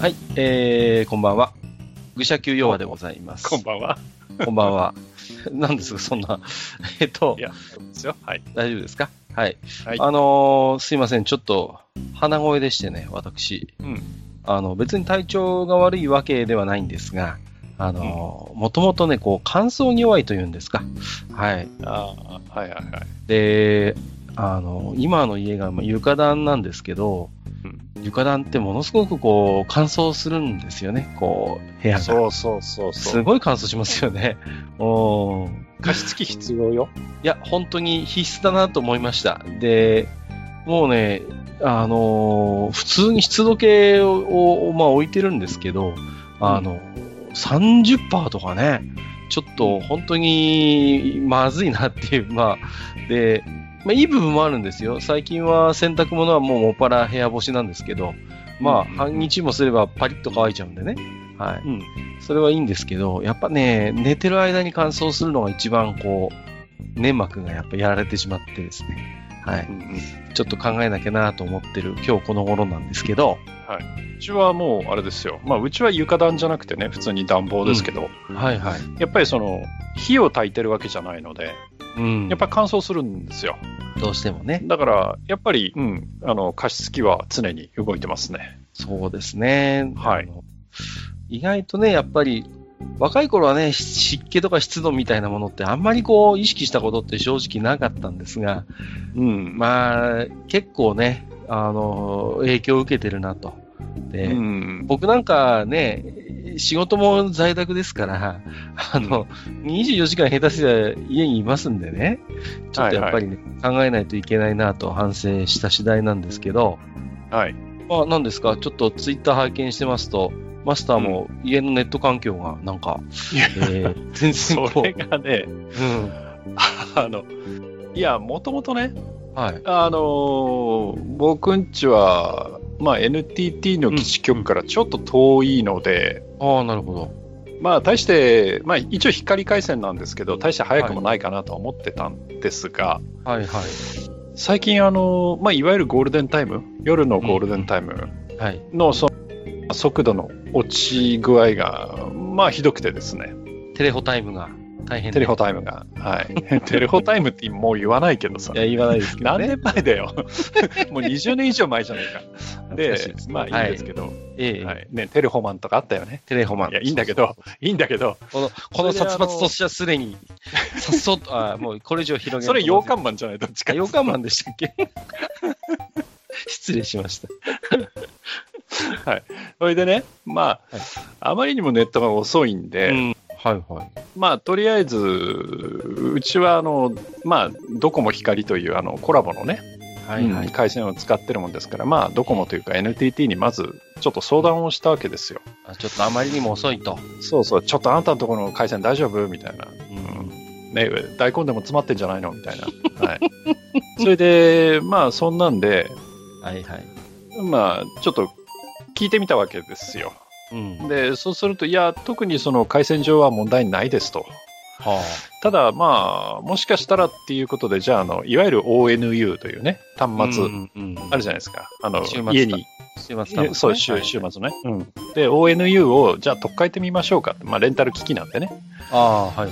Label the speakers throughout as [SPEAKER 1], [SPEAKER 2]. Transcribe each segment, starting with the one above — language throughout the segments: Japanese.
[SPEAKER 1] はい、えー、こんばんは。愚者級ヨアでございます。
[SPEAKER 2] こんばんは。
[SPEAKER 1] こんばんは。 なんですか、そんな。 えっと
[SPEAKER 2] い、や、そうですよ。はい。
[SPEAKER 1] 大丈夫ですかはい。
[SPEAKER 2] はい
[SPEAKER 1] あのーすいません、ちょっと、鼻声でしてね、私。
[SPEAKER 2] うん
[SPEAKER 1] あの、別に体調が悪いわけではないんですが、あのーもともとね、こう、乾燥に弱いというんですか。はい。
[SPEAKER 2] ああ、はいはいはい。
[SPEAKER 1] で、あの、今の家がまあ床暖なんですけど、
[SPEAKER 2] うん
[SPEAKER 1] 床暖ってものすごくこう乾燥するんですよね、こう部屋が。
[SPEAKER 2] そうそうそうそ
[SPEAKER 1] す
[SPEAKER 2] う。
[SPEAKER 1] ごい乾燥しますよね。おー
[SPEAKER 2] 加湿器必要よ。
[SPEAKER 1] いや、本当に必須だなと思いました。で、もうね、あのー普通に湿度計を、をまあ、置いてるんですけど、あの、30%とかね、ちょっと本当にまずいなっていう、まあ、で、まあ、いい部分もあるんですよ。最近は洗濯物はもうもっぱら部屋干しなんですけど、まあ、
[SPEAKER 2] うん
[SPEAKER 1] 半日もすればパリッと乾いちゃうんでね。はい。
[SPEAKER 2] うん。
[SPEAKER 1] それはいいんですけど、やっぱね、寝てる間に乾燥するのが一番こう、粘膜がやっぱやられてしまってですね。はい。ちょっと考えなきゃなと思ってる今日この頃なんですけど、
[SPEAKER 2] うちはもう、あれですよ。まあ、うちは床暖じゃなくてね、普通に暖房ですけど、
[SPEAKER 1] はいはい。
[SPEAKER 2] やっぱりその、火を焚いてるわけじゃないので、
[SPEAKER 1] うん。
[SPEAKER 2] やっぱ乾燥するんですよ。
[SPEAKER 1] どうしてもね。
[SPEAKER 2] だから、やっぱり、うん、あの、加湿器は常に動いてますね。
[SPEAKER 1] そうですね。
[SPEAKER 2] はい
[SPEAKER 1] あの。意外とね、やっぱり、若い頃はね、し湿気とか湿度みたいなものってあんまりこう意識したことって正直なかったんですが、
[SPEAKER 2] うん。
[SPEAKER 1] まあ、結構ね、あの、影響を受けてるなと。で、
[SPEAKER 2] うん。
[SPEAKER 1] 僕なんかね、仕事も在宅ですから、あの、24時間下手すりゃ家にいますんでね、ちょっとやっぱりね、考えないといけないなと反省した次第なんですけど、
[SPEAKER 2] はい。
[SPEAKER 1] まあ何ですか、ちょっとツイッター拝見してますと、マスターも家のネット環境がなんか、
[SPEAKER 2] いや
[SPEAKER 1] えー全然
[SPEAKER 2] そ
[SPEAKER 1] こ
[SPEAKER 2] れがね、
[SPEAKER 1] う、うん、
[SPEAKER 2] あの、いや、もともとね、
[SPEAKER 1] はい。
[SPEAKER 2] あのー僕んちは、まあ、NTT の基地局からちょっと遠いので、
[SPEAKER 1] ああ、なるほど。
[SPEAKER 2] まあ、大して、まあ、一応光回線なんですけど、大して早くもないかなとは思ってたんですが、
[SPEAKER 1] はいは
[SPEAKER 2] 最近、あのーまあ、いわゆるゴールデンタイム、夜のゴールデンタイム
[SPEAKER 1] い。はい。
[SPEAKER 2] の、その、速度の落ち具合が、まあ、ひどくてですね、
[SPEAKER 1] テレホタイムが大変
[SPEAKER 2] テレホ
[SPEAKER 1] タ
[SPEAKER 2] タイムが。 はい。テレホタイムってもう言わないけどさ。
[SPEAKER 1] いや、言わないですけど、
[SPEAKER 2] 何
[SPEAKER 1] ね。
[SPEAKER 2] 年前だよ。 もう20年以上前じゃないか。
[SPEAKER 1] 懐
[SPEAKER 2] で
[SPEAKER 1] かしいですね
[SPEAKER 2] まあいいんですけど、
[SPEAKER 1] ええ
[SPEAKER 2] はいね、テレホマンとかあったよね。
[SPEAKER 1] テレホマン。
[SPEAKER 2] いや、いいんだけど、いいんだけど、
[SPEAKER 1] この、この
[SPEAKER 2] それで
[SPEAKER 1] 殺
[SPEAKER 2] あの
[SPEAKER 1] 伐としたすでに、さっそと、あもうこれ以上広げる
[SPEAKER 2] それ洋
[SPEAKER 1] マン。
[SPEAKER 2] 館マンじゃない、どっちか。
[SPEAKER 1] 洋館マンでしたっけ 失礼しました。
[SPEAKER 2] それでね、まあ、
[SPEAKER 1] はい
[SPEAKER 2] あまりにもネットが遅いんで、
[SPEAKER 1] うん。はいはい。
[SPEAKER 2] まあ、とりあえず、うちは、あの、まあ、ドコモ光という、あの、コラボのね、
[SPEAKER 1] はいは
[SPEAKER 2] うん
[SPEAKER 1] い。
[SPEAKER 2] 回線を使ってるもんですから、まあ、ドコモというか NTT にまず、ちょっと相談をしたわけですよ。
[SPEAKER 1] あちょっとあまりにも遅いと。
[SPEAKER 2] そうそう、ちょっとあなたのところの回線大丈夫みたいな。ね、大根でも詰まってんじゃないのみたいな。 はい、それで、まあ、そんなんで、
[SPEAKER 1] はいはい。
[SPEAKER 2] まあ、ちょっと聞いてみたわけですよ。
[SPEAKER 1] うん。は
[SPEAKER 2] で、そうすると、いや、特にその回線上は問題ないですと。
[SPEAKER 1] あ。
[SPEAKER 2] ただ、まあ、もしかしたらっていうことで、じゃあ、あの、いわゆる ONU というね、端末、
[SPEAKER 1] うんうんうん
[SPEAKER 2] あるじゃないですか。あの
[SPEAKER 1] 週末、だ
[SPEAKER 2] 家に、
[SPEAKER 1] 週末だもんね
[SPEAKER 2] そう、週
[SPEAKER 1] はい
[SPEAKER 2] 週末ね、うん。で、ONU を、じゃあ、取っ替えてみましょうかって。まあ、レンタル機器なんでね。
[SPEAKER 1] ああ、はいはい。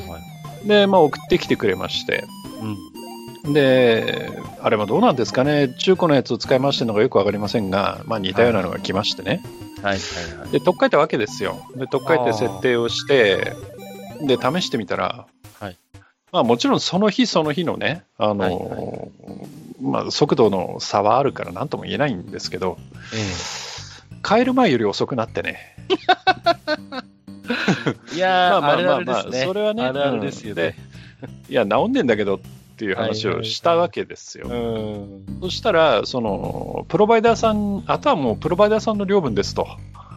[SPEAKER 2] で、まあ、送ってきてくれまして。
[SPEAKER 1] うん。
[SPEAKER 2] で、あれはどうなんですかね、中古のやつを使い回してるのがよくわかりませんが、まあ、似たようなのが来ましてね、
[SPEAKER 1] はいはいはい。
[SPEAKER 2] で、取っ替えたわけですよ。で、取っ替えて設定をして、で、試してみたら、
[SPEAKER 1] はい
[SPEAKER 2] まあ、もちろんその日その日のね、あのまあ、速度の差はあるから、なんとも言えないんですけど、
[SPEAKER 1] え
[SPEAKER 2] 変える前より遅くなってね、
[SPEAKER 1] えいやー、
[SPEAKER 2] まあまあ
[SPEAKER 1] あるあるで
[SPEAKER 2] まあ
[SPEAKER 1] すね。
[SPEAKER 2] それはね
[SPEAKER 1] あるあるですよね。
[SPEAKER 2] いや、治んでんだけどっていう話
[SPEAKER 1] はい
[SPEAKER 2] を
[SPEAKER 1] はい
[SPEAKER 2] したわけですよ。
[SPEAKER 1] うん。
[SPEAKER 2] そしたら、その、プロバイダーさん、あとはもうプロバイダーさんの領分ですと。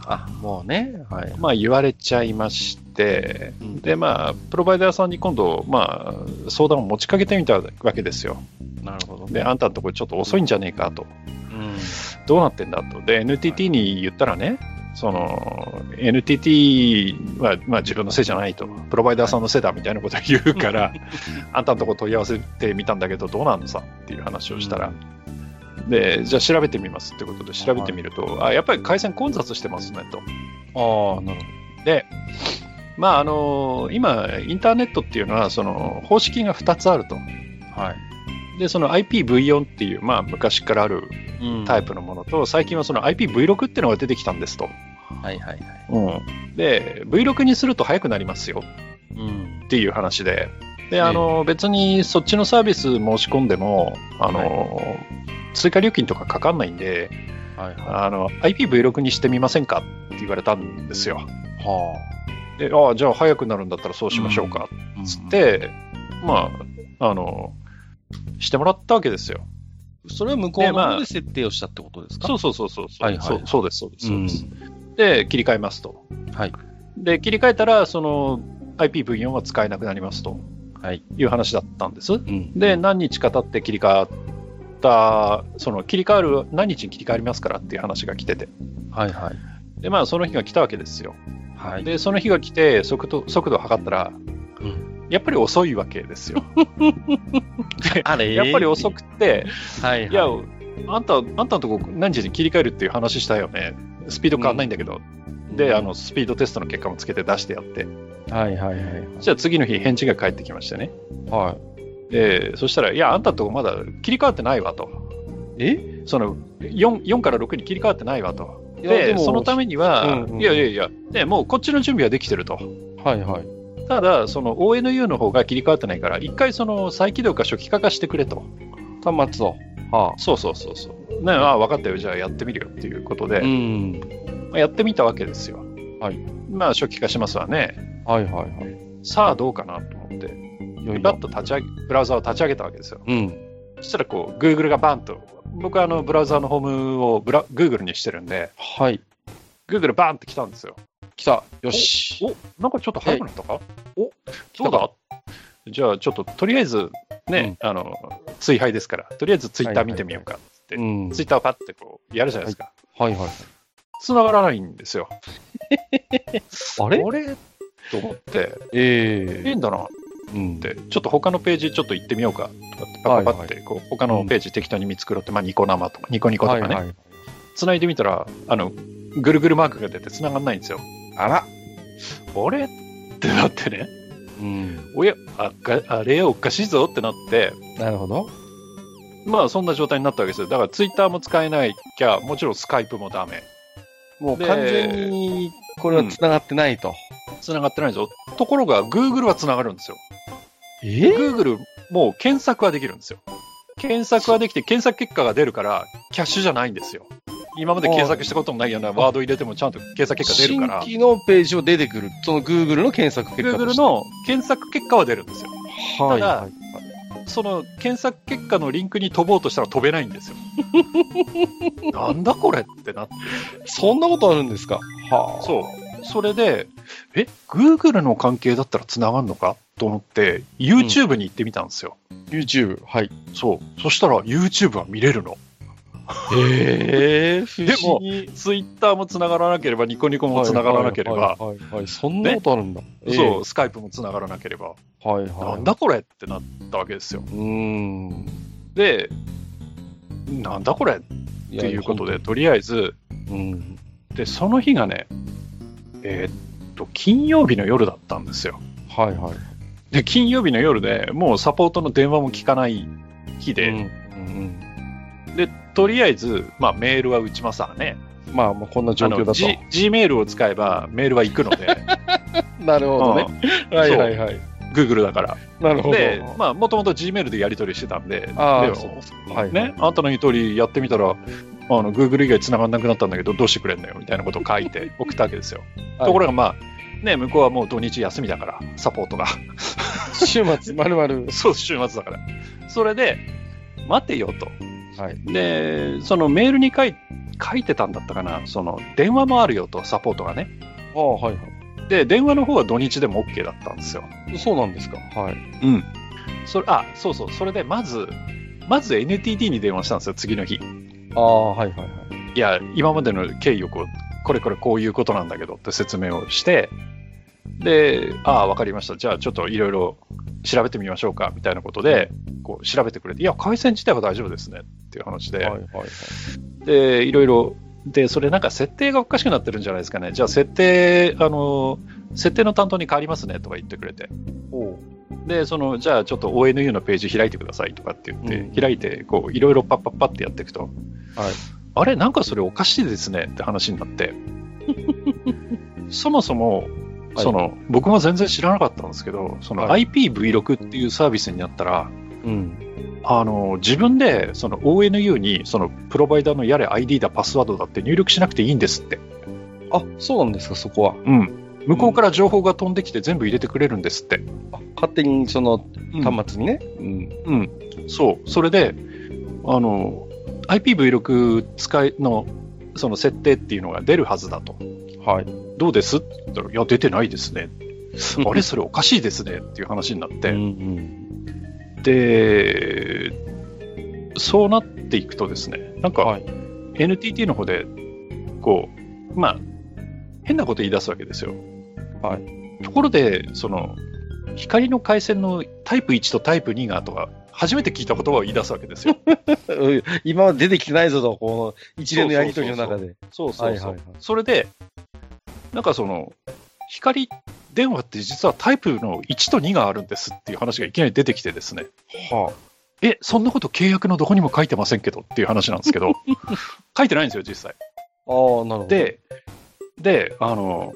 [SPEAKER 1] あ、もうね。はい。
[SPEAKER 2] まあ、言われちゃいまして、
[SPEAKER 1] うん
[SPEAKER 2] でまあ、プロバイダーさんに今度、まあ、相談を持ちかけてみたわけですよ。
[SPEAKER 1] なるほどね。
[SPEAKER 2] で、あんたのところちょっと遅いんじゃねえかと、
[SPEAKER 1] うん。
[SPEAKER 2] どうなってんだと、で、NTT に言ったらね、その NTT は、まあ、自分のせいじゃないと、プロバイダーさんのせいだみたいなことを言う から、あんたのところ問い合わせてみたんだけど、どうなんのさっていう話をしたら、で、じゃあ調べてみますってことで調べてみると、あやっぱり回線混雑してますねと。
[SPEAKER 1] ああ、なるほ
[SPEAKER 2] で、まああの今、インターネットっていうのはその方式が2つあると。
[SPEAKER 1] ど。はい。
[SPEAKER 2] で、その IPv4 っていう、まあ、昔からある
[SPEAKER 1] うん
[SPEAKER 2] タイプのものと、最近はその IPv6 っていうのが出てきたんですと。
[SPEAKER 1] はいはいはい。
[SPEAKER 2] で、V6 にすると早くなりますよ
[SPEAKER 1] うん。
[SPEAKER 2] っていう話で、であの別にそっちのサービス申し込んでも、あの追加料金とかかかんないんで、
[SPEAKER 1] はいは
[SPEAKER 2] あの IPv6 にしてみませんかって言われたんですよ。
[SPEAKER 1] い。は
[SPEAKER 2] で、ああ、じゃあ早くなるんだったらそうしましょうか
[SPEAKER 1] あ。
[SPEAKER 2] っつっ、て、まあ、あのしてもらったわけですよ。
[SPEAKER 1] それは向こうの
[SPEAKER 2] でまあ
[SPEAKER 1] 方で設定をしたってことですか
[SPEAKER 2] そうそうそうそうそう、
[SPEAKER 1] はいはい
[SPEAKER 2] そうそうです、そうです、そううんです。で、切り替えますと。
[SPEAKER 1] はい
[SPEAKER 2] で、切り替えたら、その IPv4 は使えなくなりますと
[SPEAKER 1] はい。
[SPEAKER 2] いう話だったんです。
[SPEAKER 1] うん
[SPEAKER 2] で、何日か経って切り替わった、その切り替わる、何日に切り替わりますからっていう話が来てて、
[SPEAKER 1] はいはい。
[SPEAKER 2] で、まあ、その日が来たわけですよ。
[SPEAKER 1] はい。
[SPEAKER 2] で、その日が来て、速度速度を測ったら、
[SPEAKER 1] うん
[SPEAKER 2] やっぱり遅いわけですよ。
[SPEAKER 1] あれ
[SPEAKER 2] やっぱり遅
[SPEAKER 1] く、
[SPEAKER 2] くて、
[SPEAKER 1] はいはい
[SPEAKER 2] いや、あんた、あんたのとこ何時に切り替えるっていう話したよね。スピード変わんないんだけど、で、あ、の、スピードテストの結果もつけて出してやって、
[SPEAKER 1] はいはいはい。
[SPEAKER 2] じゃあ次の日返事が返ってきましてね。
[SPEAKER 1] は
[SPEAKER 2] で、そしたら、いや、あんたとこまだ切り替わってないわと。
[SPEAKER 1] い。え
[SPEAKER 2] その 4, 4から6に切り替わってないわと。
[SPEAKER 1] いやで
[SPEAKER 2] で、
[SPEAKER 1] も
[SPEAKER 2] そのためには、
[SPEAKER 1] うんうん
[SPEAKER 2] いやいやいや、でもうこっちの準備はできてると。
[SPEAKER 1] はいはい。
[SPEAKER 2] ただ、その ONU の方が切り替わってないから、一回その再起動か初期化化してくれと。
[SPEAKER 1] 端末を。は
[SPEAKER 2] そうそうそうそう。ね、ああ、分かったよ、じゃあやってみるよっていうことで、
[SPEAKER 1] あ。うん。
[SPEAKER 2] まあやってみたわけですよ。
[SPEAKER 1] はい
[SPEAKER 2] まあ、初期化しますわね。
[SPEAKER 1] はいはいはい。
[SPEAKER 2] さあ、どうかなと思って、
[SPEAKER 1] いよい
[SPEAKER 2] バッ
[SPEAKER 1] よ。
[SPEAKER 2] と立ち上げ、ブラウザを立ち上げたわけですよ。
[SPEAKER 1] うん。
[SPEAKER 2] そしたら、こう、Google がバンと、僕はあのブラウザのホームをブラ Google にしてるんで、
[SPEAKER 1] はい。
[SPEAKER 2] Google バンって来たんですよ。
[SPEAKER 1] 来た。よし。
[SPEAKER 2] おなんかちょっと早くなったかお
[SPEAKER 1] たか
[SPEAKER 2] そうだじゃあちょっととりあえずね、あの追廃ですからとりあえずツイッター見てみようかっつって、
[SPEAKER 1] うん。
[SPEAKER 2] ツイッターパッてこうやるじゃないですか、
[SPEAKER 1] はいはい。
[SPEAKER 2] 繋がらないんですよ
[SPEAKER 1] あれ
[SPEAKER 2] あれと思って
[SPEAKER 1] え
[SPEAKER 2] 変だなっ
[SPEAKER 1] え。うん。
[SPEAKER 2] てちょっと他のページちょっと行ってみようかとかってパッパッパってこう他のページ適当に見繕って、まあ、ニコ生とかニコニコとかね、
[SPEAKER 1] はいはい。
[SPEAKER 2] 繋いでみたらあのぐるぐるマークが出て繋がんないんですよ
[SPEAKER 1] あら。
[SPEAKER 2] あれってなってね
[SPEAKER 1] うん。
[SPEAKER 2] おやあがあれおかしいぞってなって
[SPEAKER 1] なるほど。
[SPEAKER 2] まあそんな状態になったわけですよ。だからツイッターも使えないきゃ、もちろんスカイプもダメ。
[SPEAKER 1] もう
[SPEAKER 2] で
[SPEAKER 1] 完全にこれは繋がってないと。
[SPEAKER 2] 繋がってないぞ。ところが Google は繋がるんですよ。
[SPEAKER 1] え
[SPEAKER 2] Google もう検索はできるんですよ。検索はできて検索結果が出るから、キャッシュじゃないんですよ。今まで検索したこともないようなワード入れてもちゃんと検索結果出る
[SPEAKER 1] 新
[SPEAKER 2] から、
[SPEAKER 1] 規のページを出てくる。その Google の検索結果と
[SPEAKER 2] Google
[SPEAKER 1] して。
[SPEAKER 2] の検索結果は出るんですよ。
[SPEAKER 1] はい
[SPEAKER 2] ただ
[SPEAKER 1] はい。
[SPEAKER 2] その検索結果のリンクに飛ぼうとしたら飛べないんですよ。なんだこれってなって
[SPEAKER 1] そんなことあるんですかはあ。
[SPEAKER 2] そう。それで、え、Google の関係だったら繋がるのかと思って、YouTube に行ってみたんですよ。
[SPEAKER 1] YouTube。はい。
[SPEAKER 2] そう。そしたら YouTube は見れるの。
[SPEAKER 1] ええ不
[SPEAKER 2] でも
[SPEAKER 1] 思議。
[SPEAKER 2] Twitter も繋がらなければ、ニコニコも繋がらなければ、
[SPEAKER 1] はいはいはいはい。そんなことあるんだ。
[SPEAKER 2] そう、Skype も繋がらなければ、
[SPEAKER 1] う。はいはい。
[SPEAKER 2] なんだこれってなったわけですよ。
[SPEAKER 1] うーん。
[SPEAKER 2] で、なんだこれっ
[SPEAKER 1] って
[SPEAKER 2] いうことで、とりあえず、
[SPEAKER 1] うん。
[SPEAKER 2] で、その日がね、えーっと、金曜日の夜だったんですよ。
[SPEAKER 1] はいはい。
[SPEAKER 2] で、金曜日の夜でもうサポートの電話も聞かない日で、
[SPEAKER 1] うんうん
[SPEAKER 2] とりあえず、まあ、メールは打ちますからね。
[SPEAKER 1] うん、まあ、まあこんな状
[SPEAKER 2] あ
[SPEAKER 1] 況
[SPEAKER 2] の
[SPEAKER 1] だ
[SPEAKER 2] G
[SPEAKER 1] と。
[SPEAKER 2] G メールを使えばメールは行く ので、
[SPEAKER 1] なるほどね。はい
[SPEAKER 2] そう
[SPEAKER 1] はいはい。
[SPEAKER 2] Google だから。
[SPEAKER 1] なるほど。
[SPEAKER 2] で、まあ、もともと G メールでやり取りしてたんで、
[SPEAKER 1] あ
[SPEAKER 2] で
[SPEAKER 1] あ、そうはい
[SPEAKER 2] ね、あんたの言う通りやってみたら、あの Google 以外繋がんなくなったんだけど、どうしてくれんのよみたいなことを書いて送ったわけですよ。ところが、まあ、ね、向こうはもう土日休みだから、サポートが。
[SPEAKER 1] はい週末、まるまる。
[SPEAKER 2] そう、週末だから。それで、待てよと。
[SPEAKER 1] はい。
[SPEAKER 2] で、そのメールに書い書いてたんだったかな、その電話もあるよと、サポートがね。
[SPEAKER 1] ああ、はいは
[SPEAKER 2] で、電話の方は土日でも OK だったんですよ。
[SPEAKER 1] い。そうなんですか。はい。
[SPEAKER 2] うん。それ、あ、そうそう、それでまず、まず NTT に電話したんですよ、次の日。
[SPEAKER 1] ああ、はいはいはい。
[SPEAKER 2] いや、今までの経緯をこう、これこれこういうことなんだけどって説明をして、で、ああ、わかりました。じゃあちょっといろいろ調べてみましょうか、みたいなことで、こう調べてくれて、いや、回線自体は大丈夫ですねっていう話で、
[SPEAKER 1] はいはいはい。
[SPEAKER 2] で、いろいろ、で、それなんか設定がおかしくなってるんじゃないですかね。じゃあ設定、あの、設定の担当に変わりますねとか言ってくれて。
[SPEAKER 1] お
[SPEAKER 2] で、その、じゃあちょっと ONU のページ開いてくださいとかって言って、
[SPEAKER 1] うん
[SPEAKER 2] 開いて、こう、いろいろパッパッパってやっていくと、
[SPEAKER 1] はい
[SPEAKER 2] あれ、なんかそれおかしいですねって話にな って、そもそも、
[SPEAKER 1] はい
[SPEAKER 2] その、僕も全然知らなかったんですけど、その
[SPEAKER 1] は
[SPEAKER 2] IPv6 っていうサービスになったら、
[SPEAKER 1] うん。
[SPEAKER 2] あの、自分で、その ONU に、その、プロバイダーのやれ ID だ、パスワードだって入力しなくていいんですって。
[SPEAKER 1] あ、そうなんですか、そこは。
[SPEAKER 2] うん。向こうから情報が飛んできて全部入れてくれるんですって。
[SPEAKER 1] あ勝手にその
[SPEAKER 2] うん
[SPEAKER 1] 端末にね。うん。
[SPEAKER 2] うん、そう、それで、あの、IPv6 使いの、その設定っていうのが出るはずだと。
[SPEAKER 1] はい。
[SPEAKER 2] どうですって言ったら、いや、出てないですね。あれ、それおかしいですねっていう話になっ
[SPEAKER 1] うん
[SPEAKER 2] て。
[SPEAKER 1] うん。
[SPEAKER 2] で、そうなっていくとですね、なんか
[SPEAKER 1] はい
[SPEAKER 2] NTT の方で、こう、まあ、変なこと言い出すわけですよ。
[SPEAKER 1] はい
[SPEAKER 2] ところで、その、光の回線のタイプ1とタイプ2がとか、初めて聞いた言葉を言い出すわけですよ。
[SPEAKER 1] うん今は出てきてないぞと、この一連のやりとりの中で。
[SPEAKER 2] そうそうそう。
[SPEAKER 1] はいはいはい
[SPEAKER 2] それで、なんかその、光電話って実はタイプの1と2があるんですっていう話がいきなり出てきてですね、
[SPEAKER 1] は
[SPEAKER 2] え、そんなこと契約のどこにも書いてませんけどっていう話なんですけ ど、書いてないんですよ、実際。
[SPEAKER 1] あ。ああ、なるほど。、
[SPEAKER 2] で、で、あの、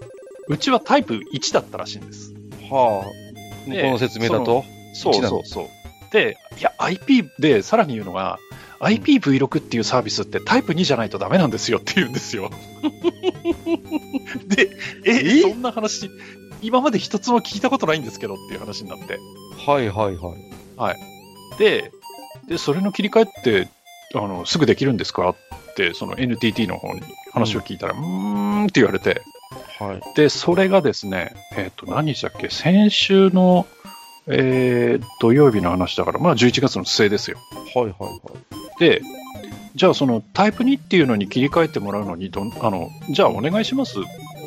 [SPEAKER 2] うちはタイプ1だったらしいんです。
[SPEAKER 1] はあ。
[SPEAKER 2] で
[SPEAKER 1] この説明だと。
[SPEAKER 2] そう
[SPEAKER 1] 1な
[SPEAKER 2] そ
[SPEAKER 1] の
[SPEAKER 2] うそう。で、いや、IP で、さらに言うのが、IPv6 っていうサービスってタイプ2じゃないとダメなんですよって言うんですよ。で、え、
[SPEAKER 1] え
[SPEAKER 2] そんな話、今まで一つも聞いたことないんですけどっていう話になって。
[SPEAKER 1] はいはいはい。
[SPEAKER 2] で、で、それの切り替えって、あの、すぐできるんですかって、その NTT の方に話を聞いたら、うーんって言われて、
[SPEAKER 1] はい。
[SPEAKER 2] で、それがですね、えっ、と、何日だっけ、先週の、えー土曜日の話だから、まあ11月の末ですよ。
[SPEAKER 1] はいはいはい。
[SPEAKER 2] で、じゃあそのタイプ2っていうのに切り替えてもらうのにどん、あの、じゃあお願いします。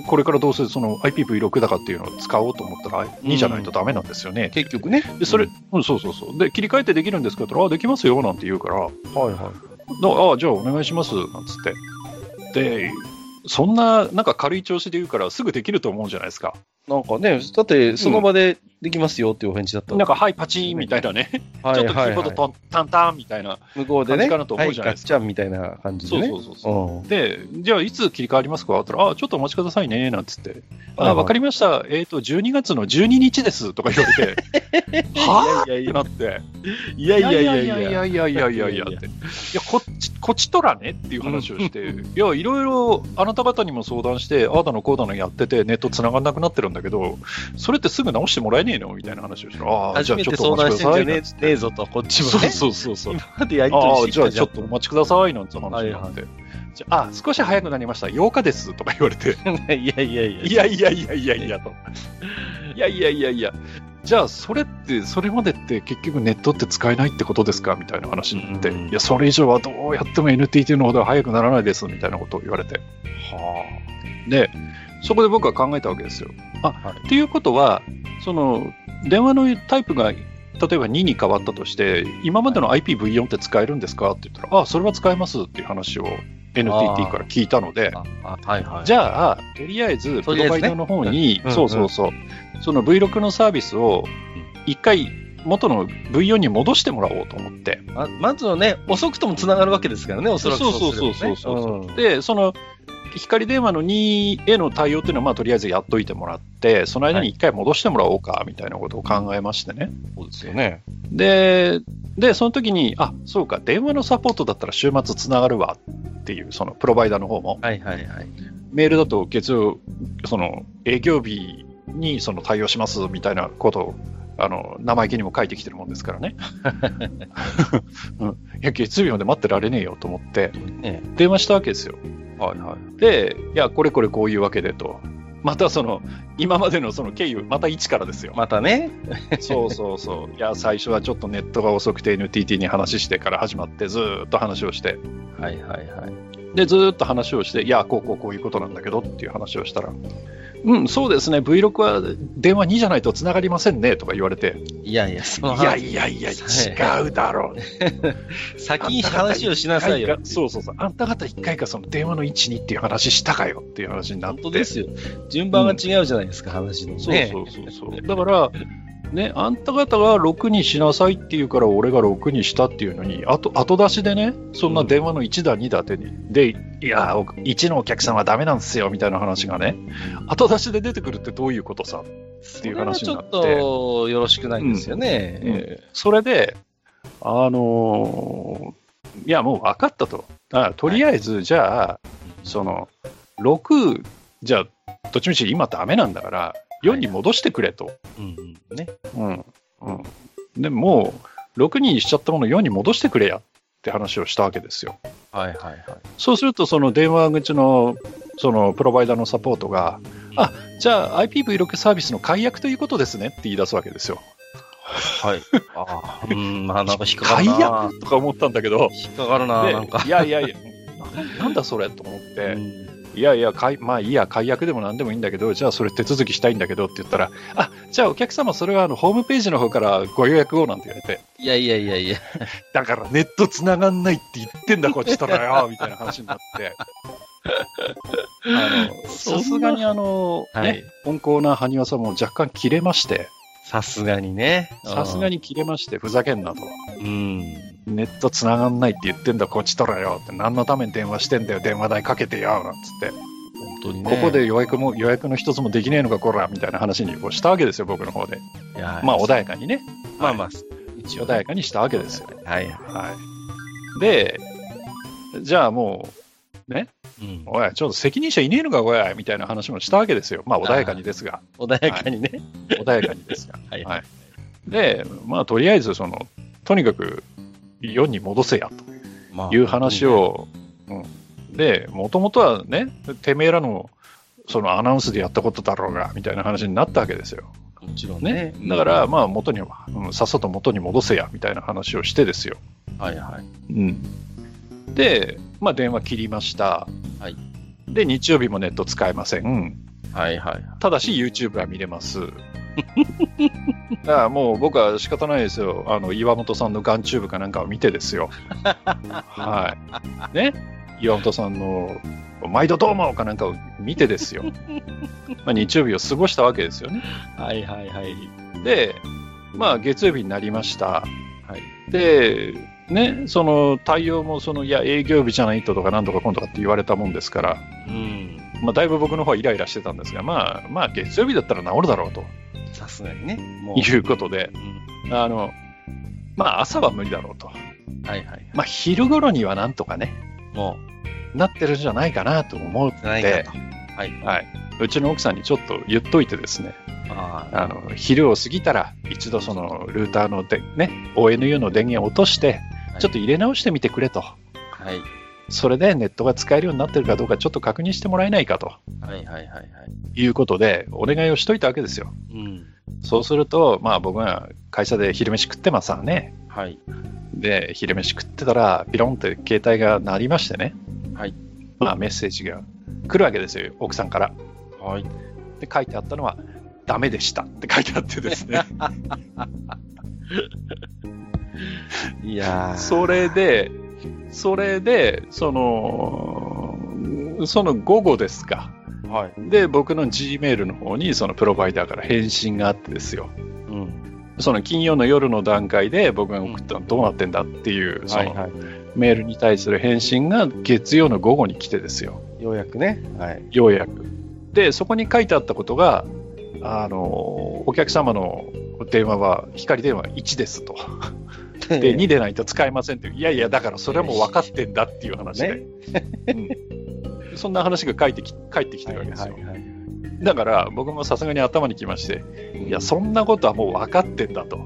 [SPEAKER 2] これからどうせその IPv6 だかっていうのを使おうと思ったら2じゃないとダメなんですよね。
[SPEAKER 1] 結局ね。
[SPEAKER 2] で、それ、うん、そうそうそう。で、切り替えてできるんですかって言ったら、あ、できますよ、なんて言うから、
[SPEAKER 1] はいは
[SPEAKER 2] だああ、じゃあお願いします、なんつって。で、そんな、なんか軽い調子で言うから、すぐできると思うじゃないですか。
[SPEAKER 1] い。なんかね、だって、その場でできますよっていうお返事だった
[SPEAKER 2] なん
[SPEAKER 1] か、
[SPEAKER 2] か、はい、パチーンみたいなね、
[SPEAKER 1] は
[SPEAKER 2] ち
[SPEAKER 1] い
[SPEAKER 2] ょっとキ
[SPEAKER 1] はい
[SPEAKER 2] ーボ
[SPEAKER 1] は
[SPEAKER 2] ード
[SPEAKER 1] い
[SPEAKER 2] トン、タンタンみたいな、
[SPEAKER 1] 向こうで
[SPEAKER 2] 感
[SPEAKER 1] ね、
[SPEAKER 2] じかなと思うじゃないですか
[SPEAKER 1] はガッチャンみたいな感じでね。
[SPEAKER 2] そうそうそうそう
[SPEAKER 1] うん
[SPEAKER 2] で、じゃあ、いつ切り替わりますかって言ったら、あちょっとお待ちくださいね、なんつって、
[SPEAKER 1] はいは
[SPEAKER 2] あ
[SPEAKER 1] い
[SPEAKER 2] わかりました、えっ、と、12月の12日ですとか言われて、はぁってなって、
[SPEAKER 1] いや
[SPEAKER 2] い
[SPEAKER 1] いやいやいや
[SPEAKER 2] いやいやいやいやいやって、いや、こっち、こっちとらねっていう話をして、いや、いろいろあなた方にも相談して、ああだのこうだのやってて、ネット繋がんなくなってるんだけど、それってすぐ直してもらえねえのみたいな話をして、ああ、
[SPEAKER 1] 初
[SPEAKER 2] じゃあ
[SPEAKER 1] め
[SPEAKER 2] ちょ
[SPEAKER 1] て
[SPEAKER 2] っと
[SPEAKER 1] 相
[SPEAKER 2] お
[SPEAKER 1] 談
[SPEAKER 2] 待ち
[SPEAKER 1] してん
[SPEAKER 2] く
[SPEAKER 1] じ
[SPEAKER 2] ださ
[SPEAKER 1] ゃ
[SPEAKER 2] い
[SPEAKER 1] ね
[SPEAKER 2] な
[SPEAKER 1] え
[SPEAKER 2] んつって。
[SPEAKER 1] ねえぞと、こっち
[SPEAKER 2] そ
[SPEAKER 1] も
[SPEAKER 2] う
[SPEAKER 1] ね。
[SPEAKER 2] そうそ うそう。
[SPEAKER 1] 今までやりとり
[SPEAKER 2] ああ、
[SPEAKER 1] してき
[SPEAKER 2] じゃ
[SPEAKER 1] た
[SPEAKER 2] あちょっとお待ちくださいなんて話になっ
[SPEAKER 1] は
[SPEAKER 2] て、
[SPEAKER 1] いは
[SPEAKER 2] じゃああ少し早くなりました、8日ですとか言われ て、
[SPEAKER 1] いやいやいや
[SPEAKER 2] いやいやいやいやいやと、いやいやいやいや、じゃあそれって、それまでって結局ネットって使えないってことですかみたいな話になって、
[SPEAKER 1] うん
[SPEAKER 2] いや、それ以上はどうやっても NTT の方では早くならないですみたいなことを言われて、
[SPEAKER 1] は
[SPEAKER 2] で、そこで僕は考えたわけですよ。あ、
[SPEAKER 1] はい
[SPEAKER 2] っていうことは、その電話のタイプが例えば2に変わったとして、今までの IPv4 って使えるんですかって言ったら、あ、それは使えますっていう話を NTT から聞いたので、
[SPEAKER 1] ああはいはい
[SPEAKER 2] じゃあ、とりあえず、プ
[SPEAKER 1] とりあ
[SPEAKER 2] ロ
[SPEAKER 1] えず
[SPEAKER 2] バ
[SPEAKER 1] ね
[SPEAKER 2] イダーの方に、
[SPEAKER 1] うん
[SPEAKER 2] そうそうそう、その V6 のサービスを一回元の V4 に戻してもらおうと思って、
[SPEAKER 1] ままずはね、遅くともつながるわけですからね、おそらく
[SPEAKER 2] そうそう
[SPEAKER 1] すればね
[SPEAKER 2] そうそう
[SPEAKER 1] うん
[SPEAKER 2] で、その、光電話の2への対応っていうのは、まあ、とりあえずやっといてもらって、その間に一回戻してもらおうか、みたいなことを考えましてね。
[SPEAKER 1] そうですよね。
[SPEAKER 2] で、で、その時に、あ、そうか、電話のサポートだったら週末つながるわっていう、そのプロバイダーの方も、
[SPEAKER 1] はいはいはい。
[SPEAKER 2] メールだと月曜、その営業日にその対応しますみたいなことを、あの生意気にも書いてきてるもんですからね。うん、いや月曜日まで待ってられねえよと思って、
[SPEAKER 1] ね
[SPEAKER 2] 電話したわけですよ。
[SPEAKER 1] はいはい。
[SPEAKER 2] で、いや、これこれこういうわけでと。またその今までのその経由、また一からですよ。
[SPEAKER 1] またね。
[SPEAKER 2] そうそうそう。いや、最初はちょっとネットが遅くて NTT に話してから始まって、ずーっと話をして、
[SPEAKER 1] はいはいはい。
[SPEAKER 2] で、ずーっと話をして、いや、こうこうこういうことなんだけどっていう話をしたら、うん、そうですね、Vlog は電話2じゃないと繋がりませんねとか言われて、
[SPEAKER 1] いやいや、その
[SPEAKER 2] いや
[SPEAKER 1] 話
[SPEAKER 2] いやいや、
[SPEAKER 1] はい
[SPEAKER 2] 違うだろう。
[SPEAKER 1] 先に話をしなさいよ
[SPEAKER 2] 一回。かそうそうそう。あんた方一回かその電話の1、2っていう話したかよっていう話になっ
[SPEAKER 1] 本
[SPEAKER 2] て。
[SPEAKER 1] 当ですよ。順番が違うじゃないですか、話のね。
[SPEAKER 2] そうそうそうそう。 だから、ね、あんた方が6にしなさいっていうから、俺が6にしたっていうのに、あと後出しでね、そんな電話の1だ、2だってに、で、いや、お1のお客さんはダメなんですよみたいな話がね、後出しで出てくるってどういうことさっていう話になって
[SPEAKER 1] それはちょっとよろしくないんですよね。
[SPEAKER 2] うん
[SPEAKER 1] え
[SPEAKER 2] それで、あのーいや、もう分かったと。あとりあえず、じゃあ、その、6、じゃあ、どっちみち今ダメなんだから、4に戻してくれと。
[SPEAKER 1] えうんうんね、
[SPEAKER 2] うん。うん。でもう、6にしちゃったものを4に戻してくれやって話をしたわけですよ。
[SPEAKER 1] はいはいはい。
[SPEAKER 2] そうすると、その電話口の、そのプロバイダーのサポートが、あじゃあ IPv6 サービスの解約ということですねって言い出すわけですよ。
[SPEAKER 1] はい。ああ、うん、まあなんか引っかか
[SPEAKER 2] 解
[SPEAKER 1] るな。
[SPEAKER 2] 約とか思ったんだけど、
[SPEAKER 1] 引っかかるな、
[SPEAKER 2] で
[SPEAKER 1] なんか。
[SPEAKER 2] いやいやいや、ななんだそれと思っ
[SPEAKER 1] う
[SPEAKER 2] て、
[SPEAKER 1] ん
[SPEAKER 2] いやいや、解まあいいや、解約でもなんでもいいんだけど、じゃあそれ手続きしたいんだけどって言ったら、あじゃあお客様、それはあのホームページの方からご予約をなんて言われて、
[SPEAKER 1] いやいやいやいや。
[SPEAKER 2] だからネット繋がんないって言ってんだ、こっちとら よ、みたいな話になって。あの
[SPEAKER 1] そん
[SPEAKER 2] さ
[SPEAKER 1] な
[SPEAKER 2] すがにあの、
[SPEAKER 1] は
[SPEAKER 2] ね、
[SPEAKER 1] い。
[SPEAKER 2] 温厚な埴輪さんも若干切れまして、
[SPEAKER 1] さすがにね。
[SPEAKER 2] さすが
[SPEAKER 1] に。
[SPEAKER 2] に切れまして、ふざけんなと。
[SPEAKER 1] うん。
[SPEAKER 2] ネット繋がんないって言ってんだ、こっちとらよって、何のために電話してんだよ、電話代かけてよ、なんつって、
[SPEAKER 1] 本当にね。
[SPEAKER 2] ここで予約も、予約の一つもできねえのか、こら、みたいな話にこうしたわけですよ、僕の方で。
[SPEAKER 1] いや、
[SPEAKER 2] まあ、穏やかにね、
[SPEAKER 1] まあまあ、一
[SPEAKER 2] 穏やかにしたわけですよ。
[SPEAKER 1] はい。
[SPEAKER 2] はい。で、じゃあもう、
[SPEAKER 1] うん
[SPEAKER 2] おい、ちょっと責任者いねえのか、おい、みたいな話もしたわけですよ。まあ、穏やかにですが、
[SPEAKER 1] 穏やかにね。
[SPEAKER 2] 穏やかにですが。
[SPEAKER 1] はい
[SPEAKER 2] はいで、まあ、とりあえず、その、とにかく、4に戻せや、
[SPEAKER 1] まあ
[SPEAKER 2] という話。を、うん、で、もともとはね、てめえらの、そのアナウンスでやったことだろうが、みたいな話になったわけですよ。
[SPEAKER 1] もちろん
[SPEAKER 2] ね
[SPEAKER 1] ね。。
[SPEAKER 2] だから、まあ、元には、うん、さっさと元に戻せや、みたいな話をしてですよ。
[SPEAKER 1] はいはい。
[SPEAKER 2] うん、で、まあ、電話切りました、
[SPEAKER 1] はい
[SPEAKER 2] で日曜日もネット使えません
[SPEAKER 1] はいはい。
[SPEAKER 2] ただし YouTube は見れますだからもう僕は仕方ないですよあの岩本さんのガンチューブかなんかを見てですよはいね岩本さんの「毎度どうも!」かなんかを見てですよまあ日曜日を過ごしたわけですよね
[SPEAKER 1] はいはいはい。
[SPEAKER 2] でまあ月曜日になりました
[SPEAKER 1] はい。
[SPEAKER 2] で、ね、その対応もそのいや営業日じゃないととかなんとか今度かって言われたもんですから、
[SPEAKER 1] うん。
[SPEAKER 2] まあ、だいぶ僕の方はイライラしてたんですが、まあ、まあ月曜日だったら治るだろうと
[SPEAKER 1] さすがにね。も
[SPEAKER 2] い。うことで、
[SPEAKER 1] うん
[SPEAKER 2] あのまあ、朝は無理だろうと、
[SPEAKER 1] はいはい。
[SPEAKER 2] まあ、昼頃にはなんとかね、
[SPEAKER 1] も
[SPEAKER 2] なってるんじゃないかなと思っ
[SPEAKER 1] う、ない
[SPEAKER 2] て
[SPEAKER 1] か、と。はい。
[SPEAKER 2] はい、うちの奥さんにちょっと言っといてですね、
[SPEAKER 1] あ
[SPEAKER 2] あの昼を過ぎたら一度そのルーターので、ね、ONU の電源を落として、
[SPEAKER 1] はい
[SPEAKER 2] ちょっと入れ直してみてくれと。
[SPEAKER 1] あ。はい。
[SPEAKER 2] それでネットが使えるようになってるかどうかちょっと確認してもらえないかと
[SPEAKER 1] はいはいはいはい。
[SPEAKER 2] いうことでお願いをしといたわけですよ。
[SPEAKER 1] うん。
[SPEAKER 2] そうすると、まあ僕が会社で昼飯食ってますわね。
[SPEAKER 1] はい。
[SPEAKER 2] で、昼飯食ってたら、ピロンって携帯が鳴りましてね。
[SPEAKER 1] はい。
[SPEAKER 2] まあメッセージが来るわけですよ、奥さんから。
[SPEAKER 1] はい。
[SPEAKER 2] で、書いてあったのは、ダメでしたって書いてあってで すね。
[SPEAKER 1] いやー
[SPEAKER 2] それで、それで、その、その午後ですか。
[SPEAKER 1] はい。
[SPEAKER 2] で、僕の G メールの方に、そのプロバイダーから返信があってですよ。
[SPEAKER 1] うん。
[SPEAKER 2] その金曜の夜の段階で僕が送ったのどうなってんだっていう、その
[SPEAKER 1] い。
[SPEAKER 2] メールに対する返信が月曜の午後に来てですよ。
[SPEAKER 1] ようやくね。はい。
[SPEAKER 2] ようやく。で、そこに書いてあったことが、あの、お客様の電話は光電話1ですと。で、2でないと使えませんっていう。いやいや、だからそれはもう分かってんだっていう話で。うんそんな話が返ってき返ってきてるわけですよ。
[SPEAKER 1] はい。
[SPEAKER 2] だから僕もさすがに頭にきまして、いや、そんなことはもう分かってんだと。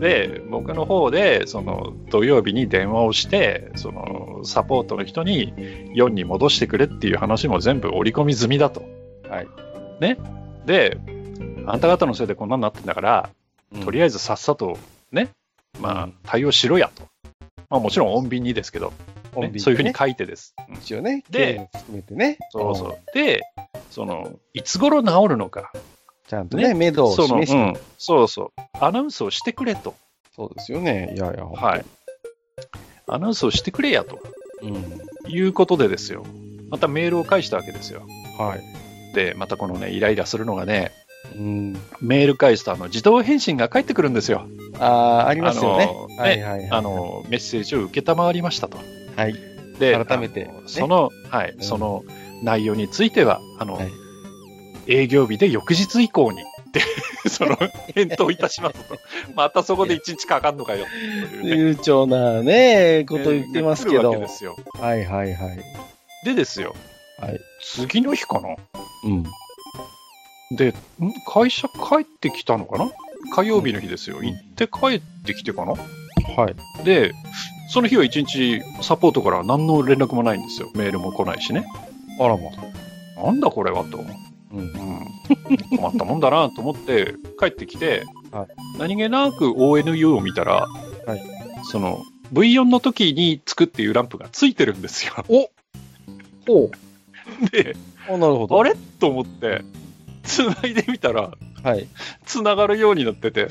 [SPEAKER 2] で、僕の方で、その、土曜日に電話をして、その、サポートの人に4に戻してくれっていう話も全部織り込み済みだと。
[SPEAKER 1] はい。
[SPEAKER 2] で、あんた方のせいでこんなになってんだから、とりあえずさっさとね、ま
[SPEAKER 1] う
[SPEAKER 2] あ
[SPEAKER 1] ん、
[SPEAKER 2] 対応しろやと。まあ、もちろん穏便にですけど、
[SPEAKER 1] え
[SPEAKER 2] ねそういうふうに書いてです。うん
[SPEAKER 1] 一応ね、経
[SPEAKER 2] で
[SPEAKER 1] 緯も含めてね、
[SPEAKER 2] そう
[SPEAKER 1] う
[SPEAKER 2] そ
[SPEAKER 1] ん
[SPEAKER 2] う。で、その、いつ頃治るのか、
[SPEAKER 1] ちゃんとね、目処を
[SPEAKER 2] その、う
[SPEAKER 1] 示して、
[SPEAKER 2] ん、そうそう、アナウンスをしてくれと。
[SPEAKER 1] そうですよね、いやいや、
[SPEAKER 2] はい。アナウンスをしてくれやと
[SPEAKER 1] うん、
[SPEAKER 2] いうことでですよ。またメールを返したわけですよ。
[SPEAKER 1] はい、
[SPEAKER 2] で、またこのね、イライラするのがね、
[SPEAKER 1] うん、
[SPEAKER 2] メール返すとあの自動返信が返ってくるんですよ。
[SPEAKER 1] あーありますよね
[SPEAKER 2] あの、ね
[SPEAKER 1] はいはいはい、
[SPEAKER 2] あの、メッセージを受けたまわりましたと。
[SPEAKER 1] はい、
[SPEAKER 2] で、
[SPEAKER 1] 改めて
[SPEAKER 2] あの
[SPEAKER 1] ね
[SPEAKER 2] その、はい、
[SPEAKER 1] うん
[SPEAKER 2] その内容については、あの、
[SPEAKER 1] はい
[SPEAKER 2] 営業日で翌日以降に、で その、返答いたしますと。またそこで1日かかんのかよ、というね。
[SPEAKER 1] 悠長なね、こと言ってますけ
[SPEAKER 2] 来る
[SPEAKER 1] ど、
[SPEAKER 2] わですよ
[SPEAKER 1] はいはいはい、
[SPEAKER 2] でですよ、
[SPEAKER 1] はい、
[SPEAKER 2] 次の日かな
[SPEAKER 1] うん、
[SPEAKER 2] で、ん会社帰ってきたのかな火曜日の日ですよ。行って帰ってきてかな
[SPEAKER 1] はい、
[SPEAKER 2] で、その日は一日サポートから何の連絡もないんですよ。メールも来ないしね。
[SPEAKER 1] あらま、
[SPEAKER 2] なんだこれはと。
[SPEAKER 1] うん、
[SPEAKER 2] うん、 困ったもんだなと思って帰ってきて、
[SPEAKER 1] は
[SPEAKER 2] 何気なく ONU を見たら、
[SPEAKER 1] はい
[SPEAKER 2] その V4 の時につくっていうランプがついてるんですよ。
[SPEAKER 1] ほう、
[SPEAKER 2] で、
[SPEAKER 1] あなるほど、
[SPEAKER 2] あれと思って、繋いでみたら、
[SPEAKER 1] はい、
[SPEAKER 2] 繋がるようになっ てて。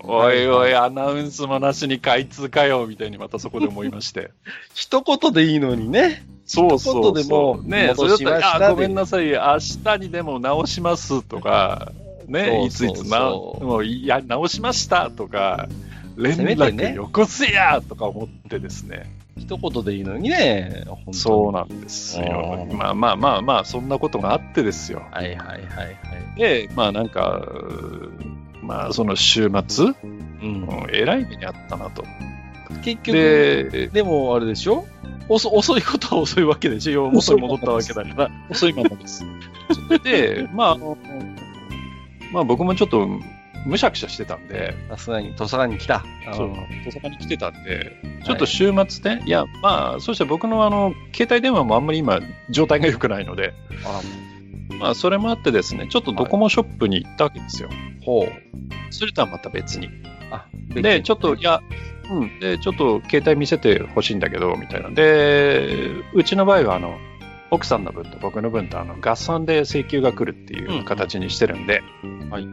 [SPEAKER 2] おいおい、アナウンスもなしに開通かよ、みたいにまたそこで思いま して。
[SPEAKER 1] 一言でいいのにね、
[SPEAKER 2] そうそうそ
[SPEAKER 1] 一
[SPEAKER 2] う。
[SPEAKER 1] 言でも
[SPEAKER 2] ねそれ
[SPEAKER 1] 戻
[SPEAKER 2] だっ
[SPEAKER 1] したました
[SPEAKER 2] ら、
[SPEAKER 1] で
[SPEAKER 2] あ、ごめんなさい、明日にでも直しますとか、ね、い
[SPEAKER 1] そ
[SPEAKER 2] つ
[SPEAKER 1] うそ
[SPEAKER 2] い
[SPEAKER 1] うそう
[SPEAKER 2] つな、もういや、直しましたとか、連
[SPEAKER 1] せめてね
[SPEAKER 2] 絡よこせやとか思ってですね。
[SPEAKER 1] 一言でいいのにね、本当に
[SPEAKER 2] そうなんですよ
[SPEAKER 1] あ。ー
[SPEAKER 2] まあまあまあまあ、そんなことがあってですよ。
[SPEAKER 1] はいはいはいはい、
[SPEAKER 2] で、まあなんか、まあその週末、
[SPEAKER 1] うん、
[SPEAKER 2] うんえらい目にあったなと。
[SPEAKER 1] 結局、
[SPEAKER 2] で、
[SPEAKER 1] でもあれでしょ遅遅いことは遅いわけでしょ 要は元に戻ったわけだから。
[SPEAKER 2] 遅いままです。 で、まああの、まあ僕もちょっとむしゃくしゃしてたんで、
[SPEAKER 1] さすがに、土佐川に来た。
[SPEAKER 2] そう
[SPEAKER 1] あ
[SPEAKER 2] 大阪に来てたんで、ちょっと週末ね、い、や、まあ、そして僕のあの携帯電話もあんまり今、状態が良くないので、
[SPEAKER 1] ら、
[SPEAKER 2] まあ、それもあってですね、ちょっとドコモショップに行ったわけですよ。
[SPEAKER 1] ほう。
[SPEAKER 2] それとはまた別に。
[SPEAKER 1] あ、
[SPEAKER 2] で、ちょっと、いや、うん、で、ちょっと携帯見せてほしいんだけど、みたいな。で、うちの場合は、あの、奥さんの分と僕の分とあの合算で請求が来るっていう形にしてるんで、
[SPEAKER 1] はい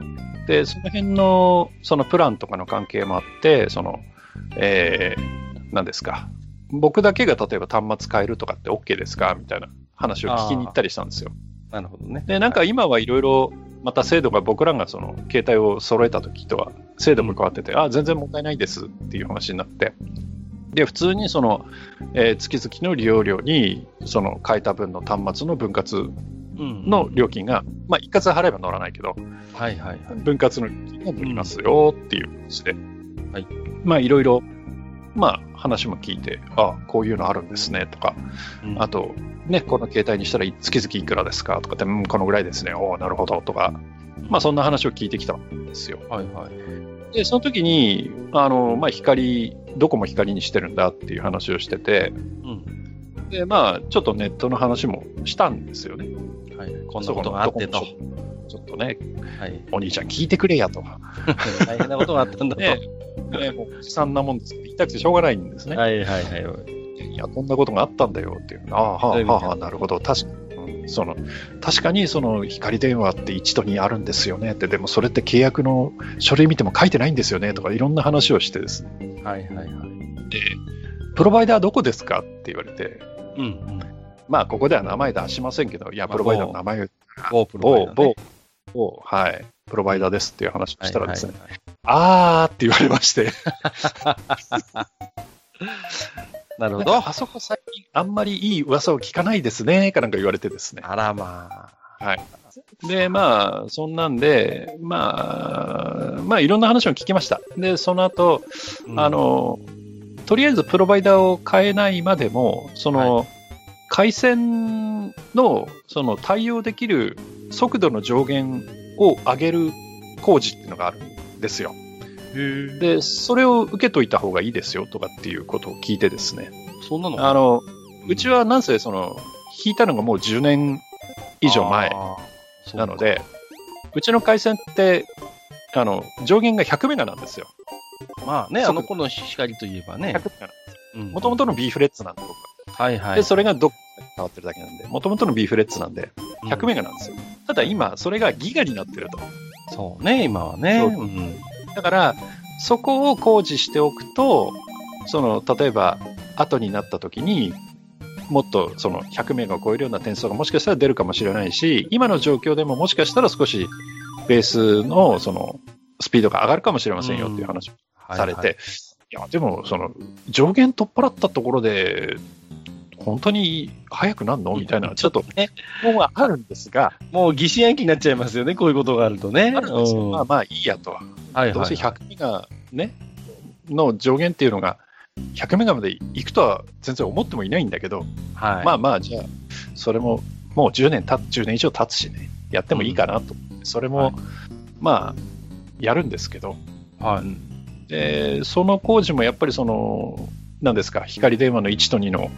[SPEAKER 2] で、その辺の、そのプランとかの関係もあって、その、えー、何ですか。僕だけが例えば端末変えるとかって OK ですかみたいな話を聞きに行ったりしたんですよ。
[SPEAKER 1] なるほどね。
[SPEAKER 2] で、なんか今はいろいろ、また制度が僕らがその携帯を揃えた時とは制度も変わってて、あ全然問題ないですっていう話になって、で、普通にその、えー月々の利用料に、その変えた分の端末の分割
[SPEAKER 1] うん
[SPEAKER 2] の料金が、まあ一括払えば乗らないけど、
[SPEAKER 1] はいはいはい。
[SPEAKER 2] 分割の料金が乗りますよっていう話で、
[SPEAKER 1] はい
[SPEAKER 2] まあいろいろ、まあ話も聞いて、あこういうのあるんですねとか、あと、ね、この携帯にしたら月々いくらですかとかって、うん、このぐらいですね、おお、なるほどとか、まあ、そんな話を聞いてきたんですよ。
[SPEAKER 1] はいはい。
[SPEAKER 2] で、その時に、あの、まあ、光、どこも光にしてるんだっていう話をしてて、
[SPEAKER 1] うん。
[SPEAKER 2] で、まあ、ちょっとネットの話もしたんですよね。
[SPEAKER 1] はい。こんなことがあってと。
[SPEAKER 2] そこのちょっとね、
[SPEAKER 1] はい。
[SPEAKER 2] お兄ちゃん聞いてくれやと。
[SPEAKER 1] 大変なことがあ ったんだと。
[SPEAKER 2] ね、ねもう、悲惨なもんですけど、言いたくてしょうがないんですね。
[SPEAKER 1] はいはいはい。
[SPEAKER 2] いや、こんなことがあったんだよっていう。ああ、はあ、はあはあ、なるほど。確かうんその確かにその光電話って一度にあるんですよねってでもそれって契約の書類見ても書いてないんですよねとかいろんな話をしてですね
[SPEAKER 1] はいはいはい。
[SPEAKER 2] プロバイダーどこですかって言われて
[SPEAKER 1] うん。
[SPEAKER 2] まあここでは名前出しませんけどいや
[SPEAKER 1] まあ
[SPEAKER 2] プロバイダーの名前を
[SPEAKER 1] 某プ
[SPEAKER 2] 某
[SPEAKER 1] ロバイダー
[SPEAKER 2] 某
[SPEAKER 1] ね
[SPEAKER 2] 某はいプロバイダーですっていう話をしたらですね、
[SPEAKER 1] はいはいはい
[SPEAKER 2] あーって言われまして
[SPEAKER 1] なる
[SPEAKER 2] な
[SPEAKER 1] ほ
[SPEAKER 2] んか
[SPEAKER 1] ど。
[SPEAKER 2] あそこ最近あんまりいい噂を聞かないですねかなんか言われてですね
[SPEAKER 1] あらまあ。
[SPEAKER 2] で、まあ、そんなんで、まあ、まあ、いろんな話を聞きました。で、その後、
[SPEAKER 1] うん
[SPEAKER 2] あ、の、とりあえずプロバイダーを変えないまでも、その、回線の、その、対応できる速度の上限を上げる工事っていうのがあるんですよ。
[SPEAKER 1] へ
[SPEAKER 2] で、それを受けといた方がいいですよとかっていうことを聞いてですね。
[SPEAKER 1] そんなの
[SPEAKER 2] あの、うちはなんせ、その、引いたのがもう10年以上前なので、うちの回線って、あの、上限が100メガなんですよ。
[SPEAKER 1] まあね、あ
[SPEAKER 2] そう
[SPEAKER 1] の子の光といえばね、
[SPEAKER 2] 100メガなんです。も
[SPEAKER 1] も
[SPEAKER 2] ともとの B フレッツなんで、僕は
[SPEAKER 1] はいはい、
[SPEAKER 2] で、それがどっかに変わってるだけなんで、もともとの B フレッツなんで、100メガなんですよ。ただ今、それがギガになってると。
[SPEAKER 1] うんそうね、今はね。
[SPEAKER 2] そう
[SPEAKER 1] うん
[SPEAKER 2] だから、そこを工事しておくと、その、例えば、後になった時に、もっとその100メガを超えるような点数がもしかしたら出るかもしれないし、今の状況でももしかしたら少しベースのそのスピードが上がるかもしれませんよっていう話をされて、
[SPEAKER 1] はい
[SPEAKER 2] いや、でもその上限取っ払ったところで、本当に早くなんのみたいな、ちょっと、
[SPEAKER 1] ね
[SPEAKER 2] 本はあるんですが、
[SPEAKER 1] はいもう疑心暗鬼になっちゃいますよね、こういうことがあるとね。
[SPEAKER 2] あるんです
[SPEAKER 1] う
[SPEAKER 2] よ。
[SPEAKER 1] ん
[SPEAKER 2] まあまあいいやとは。
[SPEAKER 1] はい
[SPEAKER 2] どう
[SPEAKER 1] は
[SPEAKER 2] せ
[SPEAKER 1] い。
[SPEAKER 2] 100メガ、ね、の上限っていうのが100メガまでいくとは全然思ってもいないんだけど、
[SPEAKER 1] はい、
[SPEAKER 2] まあまあ、じゃあ、それももう10年た10年以上経つしね、やってもいいかなと、それも、
[SPEAKER 1] はい
[SPEAKER 2] まあ、やるんですけど、
[SPEAKER 1] はい。
[SPEAKER 2] でその工事もやっぱりその、なんですか、光電話の1と2の、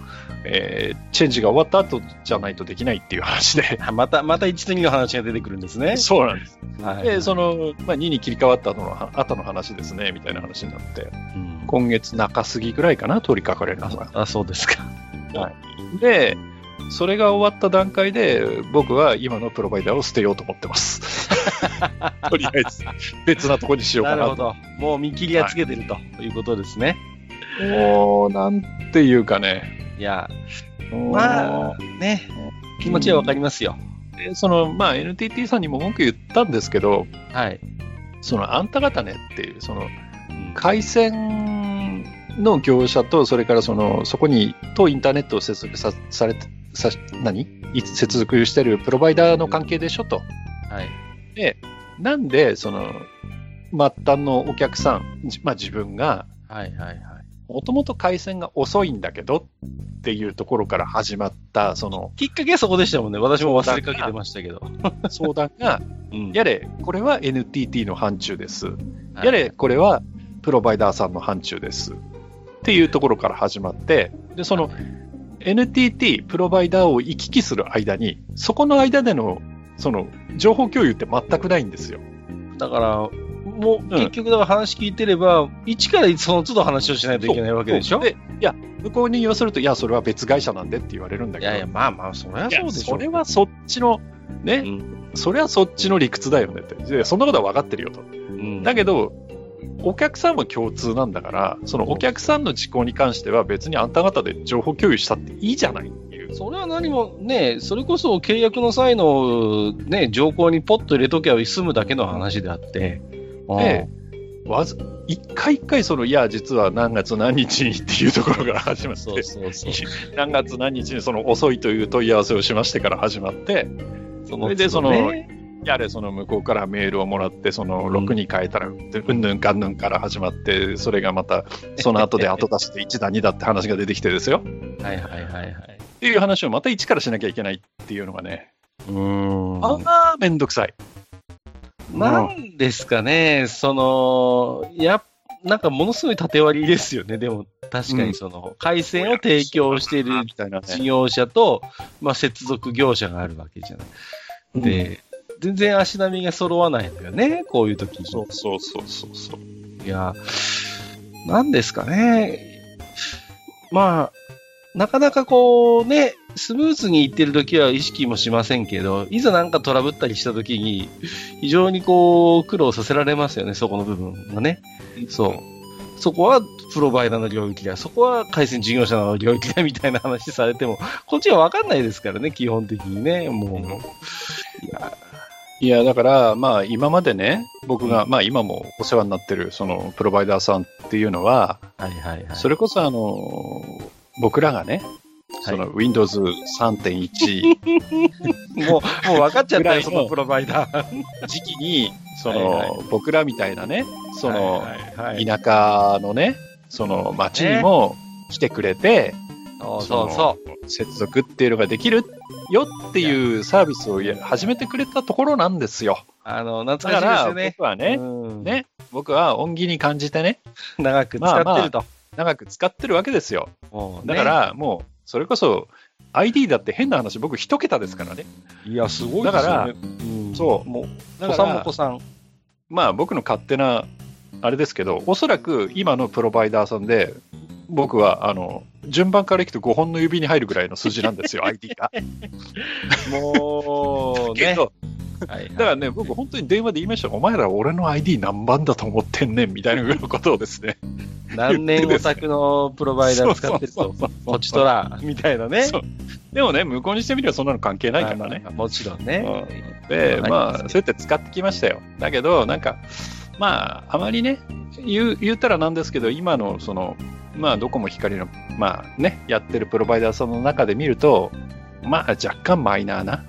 [SPEAKER 2] えーチェンジが終わった後じゃないとできないっていう話で
[SPEAKER 1] あまた、また一と二の話が出てくるんですね。
[SPEAKER 2] そうなんです。
[SPEAKER 1] はい
[SPEAKER 2] で、その、まあ、2に切り替わった後の後の話ですね、みたいな話になって。
[SPEAKER 1] うん
[SPEAKER 2] 今月中過ぎぐらいかな、取り掛かれるのが。
[SPEAKER 1] あ、そうですか。
[SPEAKER 2] で、それが終わった段階で、僕は今のプロバイダーを捨てようと思っ てます。とりあえず、別なとこにしよう
[SPEAKER 1] な
[SPEAKER 2] か
[SPEAKER 1] る
[SPEAKER 2] な
[SPEAKER 1] ほ
[SPEAKER 2] と。
[SPEAKER 1] ど。もう見切りはつけてるということですね。
[SPEAKER 2] もう、なんていうかね。
[SPEAKER 1] いや、ま
[SPEAKER 2] ま
[SPEAKER 1] あ、ね、気持ちはわかりますよ。
[SPEAKER 2] その、まあ、NTT さんにも文句言ったんですけど、
[SPEAKER 1] はい。
[SPEAKER 2] その、あんた方ねっていう、その、
[SPEAKER 1] うん
[SPEAKER 2] 回線の業者と、それからその、そこに、とインターネットを接続さされて、さ何い接続してるプロバイダーの関係でしょと。
[SPEAKER 1] はい。
[SPEAKER 2] なんで、その、末端のお客さん、じまあ自分が、
[SPEAKER 1] はいはいはい。
[SPEAKER 2] もともと回線が遅いんだけどっていうところから始まった、その
[SPEAKER 1] きっかけはそこでしたもんね。私も忘れかけてましたけど。
[SPEAKER 2] 相談が、
[SPEAKER 1] うん
[SPEAKER 2] やれ、これは NTT の範疇です。
[SPEAKER 1] はい
[SPEAKER 2] やれ、これはプロバイダーさんの範疇です。っていうところから始まって、で、その NTT、プロバイダーを行き来する間に、そこの間での、その、情報共有って全くないんですよ。
[SPEAKER 1] だから、もう結局だから話聞いてれば、一からその都度話をしないといけないわけでしょ
[SPEAKER 2] そういや、向こうに言わせると、いや、それは別会社なんでって言われるんだ
[SPEAKER 1] い
[SPEAKER 2] けど、
[SPEAKER 1] やいや、まあまあ、そりゃ
[SPEAKER 2] いや
[SPEAKER 1] そうでしょ。
[SPEAKER 2] それはそっちの、ね、
[SPEAKER 1] うん
[SPEAKER 2] それはそっちの理屈だよねって、いやそんなことは分かってるよと。
[SPEAKER 1] うん
[SPEAKER 2] だけど、お客さんは共通なんだから、そのお客さんの事項に関しては、別にあんた方で情報共有したっていいじゃないっていう。
[SPEAKER 1] それは何もね、それこそ契約の際の、ね、条項にポッと入れときゃ済むだけの話であって、
[SPEAKER 2] えわざ一回一回、その、いや、実は何月何日にっていうところから始まっ
[SPEAKER 1] そう
[SPEAKER 2] て、
[SPEAKER 1] そうそう。
[SPEAKER 2] 何月何日にその遅いという問い合わせをしましてから始まって、
[SPEAKER 1] そ
[SPEAKER 2] それでその
[SPEAKER 1] ね
[SPEAKER 2] やれ、その向こうからメールをもらって、その6に変えたら、うんぬんかんぬんから始まって、それがまた、その後で後出して1だ2だって話が出てきてですよ。
[SPEAKER 1] はいはいはいはい。
[SPEAKER 2] っていう話をまた1からしなきゃいけないっていうのがね、
[SPEAKER 1] うーん
[SPEAKER 2] ああ、めんどくさい。
[SPEAKER 1] なんですかね、その、やっなんかものすごい縦割りですよね、でも確かにその、回線を提供している
[SPEAKER 2] みたいなね
[SPEAKER 1] 事業者と、まあ、接続業者があるわけじゃない。で、全然足並みが揃わないんだよね、こういう時に。
[SPEAKER 2] そうそうそうそうそ
[SPEAKER 1] い
[SPEAKER 2] う。
[SPEAKER 1] や、なんですかね。まあ、なかなかこうね、スムーズにいってる時は意識もしませんけど、いざなんかトラブったりした時に、非常にこう、苦労させられますよね、そこの部分がね。そう。そこはプロバイダーの領域だ、そこは回線事業者の領域だみたいな話されても、こっちはわかんないですからね、基本的にね、もう。いや、
[SPEAKER 2] いや、だから、まあ、今までね、僕が、まあ、今もお世話になってる、その、プロバイダーさんっていうのは、
[SPEAKER 1] はいはいはい。
[SPEAKER 2] それこそ、あの、僕らがね、そ
[SPEAKER 1] は
[SPEAKER 2] の、Windows 3.1、
[SPEAKER 1] もう、もう分かっちゃ ったよ、
[SPEAKER 2] ぐらいの
[SPEAKER 1] そのプロバイダー。
[SPEAKER 2] 時期 にその、
[SPEAKER 1] はいは
[SPEAKER 2] 僕らみたいなねその、
[SPEAKER 1] はいはいはい
[SPEAKER 2] 田舎のねその町にも来てくれて、
[SPEAKER 1] そう
[SPEAKER 2] そ
[SPEAKER 1] そうう
[SPEAKER 2] そ
[SPEAKER 1] そ
[SPEAKER 2] 接続っていうのができるよっていうサービスをや始めてくれたところなんですよ
[SPEAKER 1] う。あの、懐
[SPEAKER 2] だか
[SPEAKER 1] かしいです
[SPEAKER 2] ら
[SPEAKER 1] よね。
[SPEAKER 2] 僕はね、
[SPEAKER 1] うん
[SPEAKER 2] ね僕は恩義に感じてね
[SPEAKER 1] 長く使ってると。
[SPEAKER 2] 長く使ってるわけですよ
[SPEAKER 1] もうね
[SPEAKER 2] だか、らもうそれこそ ID だって変な話、僕一桁ですからね。
[SPEAKER 1] いや、すごい
[SPEAKER 2] だから
[SPEAKER 1] うん
[SPEAKER 2] そ
[SPEAKER 1] もう、
[SPEAKER 2] だ
[SPEAKER 1] 子
[SPEAKER 2] から
[SPEAKER 1] さんも子さん。
[SPEAKER 2] まあ僕の勝手なあれですけど、おそらく今のプロバイダーさんで、僕はあの順番からいくと5本の指に入るぐらいの数字なん ですよ、ID が。
[SPEAKER 1] もう、
[SPEAKER 2] け
[SPEAKER 1] ね。
[SPEAKER 2] ど、
[SPEAKER 1] はい
[SPEAKER 2] だからね、僕、本当に電話で言いましたよお前ら俺の ID 何番だと思ってんねんみたいなことをですね、
[SPEAKER 1] 何年オタクのプロバイダー使ってる
[SPEAKER 2] そう
[SPEAKER 1] と、こちとら、みたいなね
[SPEAKER 2] そ。うでもね、向こうにしてみればそんなの関係ないからね
[SPEAKER 1] まあ。もちろんね。
[SPEAKER 2] で、
[SPEAKER 1] はい
[SPEAKER 2] まあ、そうやって使ってきましたよ。だけど、なんか、まあ、あまりね、言う言ったらなんですけど、今の、その、まあ、ドコモ光の、まあね、やってるプロバイダーさんの中で見ると、まあ、若干マイナーな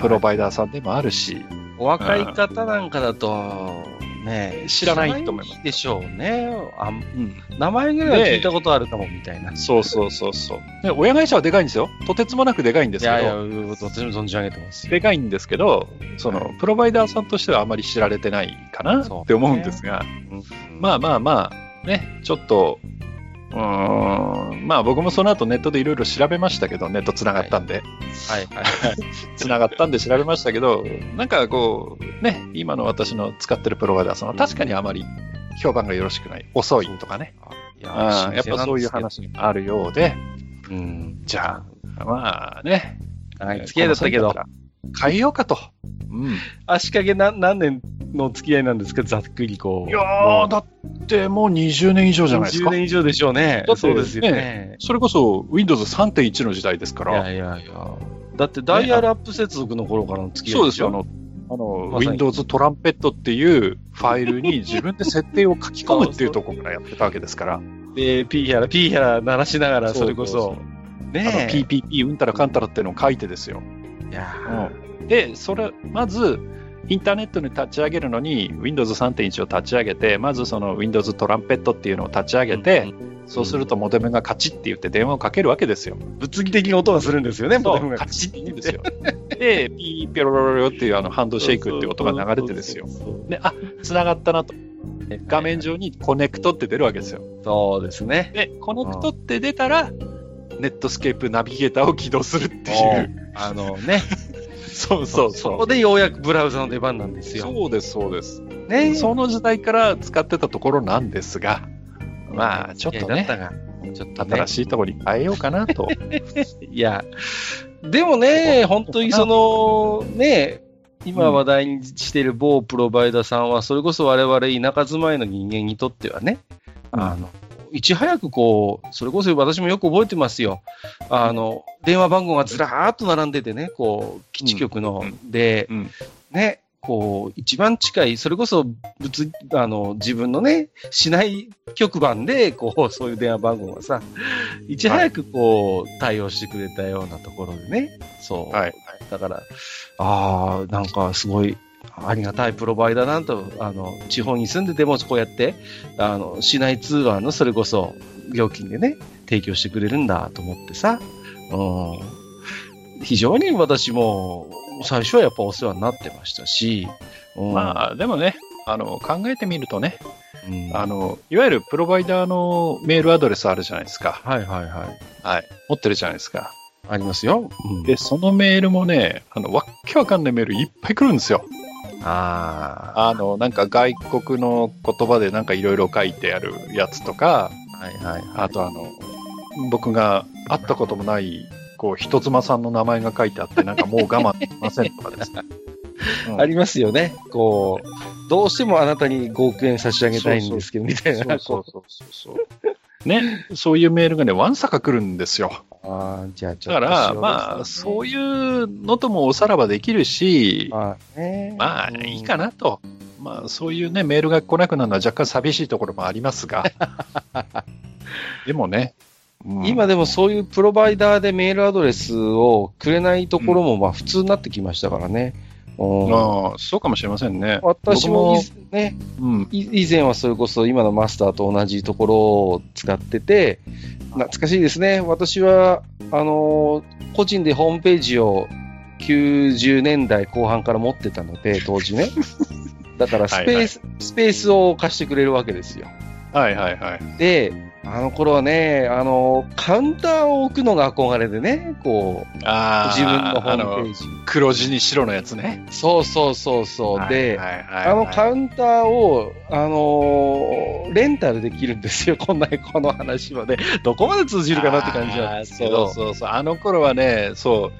[SPEAKER 2] プロバイダーさんでもあるし、
[SPEAKER 1] お若い方なんかだと、ね、
[SPEAKER 2] 知らないと思います
[SPEAKER 1] 知らなでしょうね。あん
[SPEAKER 2] うん
[SPEAKER 1] 名前ぐらいは聞いたことあるかも、みたいな。い
[SPEAKER 2] そうそうそうそう。で親会社はでかいんですよ。とてつもなくでかいんですけど、
[SPEAKER 1] やいや、私も存じ上げてますよ。
[SPEAKER 2] でかいんですけど、その、プロバイダーさんとしてはあまり知られてないかな
[SPEAKER 1] そう
[SPEAKER 2] って思うんですが、まあまあまあ、ね、ちょっと、うーん、まあ僕もその後ネットでいろいろ調べましたけど、ネットつながったんで、
[SPEAKER 1] はいはい。
[SPEAKER 2] つながったんで調べましたけど、なんかこう、ね、今の私の使ってるプロバイダーさんは確かにあまり評判がよろしくない、遅いとかね、
[SPEAKER 1] い
[SPEAKER 2] あーやっぱそういう話
[SPEAKER 1] 新鮮なんです
[SPEAKER 2] あるようで、
[SPEAKER 1] けどうん。
[SPEAKER 2] じゃあ、まあね、
[SPEAKER 1] 長い付き合いだったけど、、
[SPEAKER 2] 変えようかと。うん
[SPEAKER 1] 足掛けな何年の付き合いなんですか、ざっくりこう。
[SPEAKER 2] いやー、だってもう20年以上じゃないです
[SPEAKER 1] 10
[SPEAKER 2] か。
[SPEAKER 1] 年以上でしょうね
[SPEAKER 2] だっ。て
[SPEAKER 1] そうですよね。
[SPEAKER 2] それこそ Windows 3.1の時代ですか
[SPEAKER 1] い
[SPEAKER 2] ら。
[SPEAKER 1] やいやいや。だってダイヤルアップ接続の頃からの付き合い
[SPEAKER 2] そうですよ。あ
[SPEAKER 1] よ。
[SPEAKER 2] の、あの
[SPEAKER 1] まさに
[SPEAKER 2] Windows トランペットっていうファイルに自分で設定を書き込むっていうところからやってたわけで すから、
[SPEAKER 1] で、ピーヒャラ、ピーヒャラ鳴らしながら、
[SPEAKER 2] そ
[SPEAKER 1] そうれこ
[SPEAKER 2] そう
[SPEAKER 1] そ
[SPEAKER 2] そ。あの
[SPEAKER 1] ねえ。
[SPEAKER 2] PPP うんたらかんたらっていうのを書いてですよ。
[SPEAKER 1] いや
[SPEAKER 2] で、それ、まず、インターネットに立ち上げるのに Windows 3.1を立ち上げて、まずその Windows トランペットっていうのを立ち上げて、、そうするとモデムがカチッって言って電話をかけるわけですよ。
[SPEAKER 1] 物理的な音がするんですよね、
[SPEAKER 2] そ
[SPEAKER 1] モデム
[SPEAKER 2] う、
[SPEAKER 1] が
[SPEAKER 2] カチッって言うんですよ。で、ピーピョロロロロっていうあのハンドシェイクって音が流れてですよ。。で、あ、繋がったなと。画面上にコネクトって出るわけですよ。
[SPEAKER 1] そうですね。
[SPEAKER 2] で、コネクトって出たら、ネットスケープナビゲーターを起動するっていう。
[SPEAKER 1] あのね、
[SPEAKER 2] そうそう
[SPEAKER 1] そ
[SPEAKER 2] そ
[SPEAKER 1] こ
[SPEAKER 2] う。
[SPEAKER 1] でようやくブラウザの出番なんですよ。
[SPEAKER 2] そうです、そうです。
[SPEAKER 1] ね
[SPEAKER 2] その時代から使ってたところなんですが、まあ、ちょっと
[SPEAKER 1] だっ
[SPEAKER 2] ね、
[SPEAKER 1] たが、ちょっとね
[SPEAKER 2] 新しいところに変えようかなと。
[SPEAKER 1] いや、でもね、本当にその、ね、今話題にしている某プロバイダーさんは、それこそ我々田舎住まいの人間にとってはね、あの、いち早くこう、それこそ私もよく覚えてますよ。あの、電話番号がずらーっと並んでてね、こう、基地局の、
[SPEAKER 2] うんう
[SPEAKER 1] で、
[SPEAKER 2] うん
[SPEAKER 1] ね、こう、一番近い、それこそ、物、あの、自分のね、市内局番で、こう、そういう電話番号がさ、いち早くこう、対応してくれたようなところでね、そう。
[SPEAKER 2] はい。
[SPEAKER 1] だから、ああ、なんかすごい、ありがたいプロバイダーなんと、あの、地方に住んでても、こうやって、あの、市内通話のそれこそ、料金でね、提供してくれるんだと思ってさ、うん。非常に私も、最初はやっぱお世話になってましたし、うん、
[SPEAKER 2] まあ、でもね、あの、考えてみるとね、
[SPEAKER 1] うん
[SPEAKER 2] あの、いわゆるプロバイダーのメールアドレスあるじゃないですか。
[SPEAKER 1] はいはいはい。
[SPEAKER 2] はい。持ってるじゃないですか。
[SPEAKER 1] ありますよ。うん、
[SPEAKER 2] で、そのメールもね、あの、わっけわかんないメールいっぱい来るんですよ。
[SPEAKER 1] あ
[SPEAKER 2] あの、なんか外国の言葉でなんかいろいろ書いてあるやつとか、
[SPEAKER 1] あ、はいはいはい。
[SPEAKER 2] あとあの、僕が会ったこともない、こう、人妻さんの名前が書いてあって、なんかもう我慢できませんとかです ね。うん
[SPEAKER 1] ありますよね。こう、どうしてもあなたに5億円差し上げたいんですけど、みたいな。
[SPEAKER 2] そうそうそうそう。ね、そういうメールがね、わんさか来るんですよ。
[SPEAKER 1] こうあーじゃあちょ
[SPEAKER 2] だ
[SPEAKER 1] っ
[SPEAKER 2] か
[SPEAKER 1] と
[SPEAKER 2] ら、まあ、そういうのともおさらばできるし、
[SPEAKER 1] まあ、ね、
[SPEAKER 2] まあ、いいかなと。まあ、そういうね、メールが来なくなるのは若干寂しいところもありま すが。でもね、うん
[SPEAKER 1] 今でもそういうプロバイダーでメールアドレスをくれないところもまあ普通になってきましたからね。うん
[SPEAKER 2] ああそうかもしれませんね。
[SPEAKER 1] 私も
[SPEAKER 2] 僕
[SPEAKER 1] いね、
[SPEAKER 2] うん。
[SPEAKER 1] い以前はそれこそ今のマスターと同じところを使ってて、懐かしいですね。私は、あのー個人でホームページを90年代後半から持ってたので、当時 ね。だからスペース、スペースを貸してくれるわけですよ。
[SPEAKER 2] はいはいはい。
[SPEAKER 1] で、あの頃はね、あの、カウンターを置くのが憧れでね、こう、
[SPEAKER 2] あ
[SPEAKER 1] 自分のホ
[SPEAKER 2] あ
[SPEAKER 1] ームペ
[SPEAKER 2] の
[SPEAKER 1] ージ。
[SPEAKER 2] 黒地に白のやつね。
[SPEAKER 1] そうそうそうそう。で、
[SPEAKER 2] はいはいはい
[SPEAKER 1] あ
[SPEAKER 2] は
[SPEAKER 1] の
[SPEAKER 2] い
[SPEAKER 1] カウンターを、あのーレンタルできるんですよ、こ んな、この話はね。どこまで通じるかなって感じなんですけ
[SPEAKER 2] あ
[SPEAKER 1] ど。
[SPEAKER 2] ーそうそうそう。あの頃はね、そ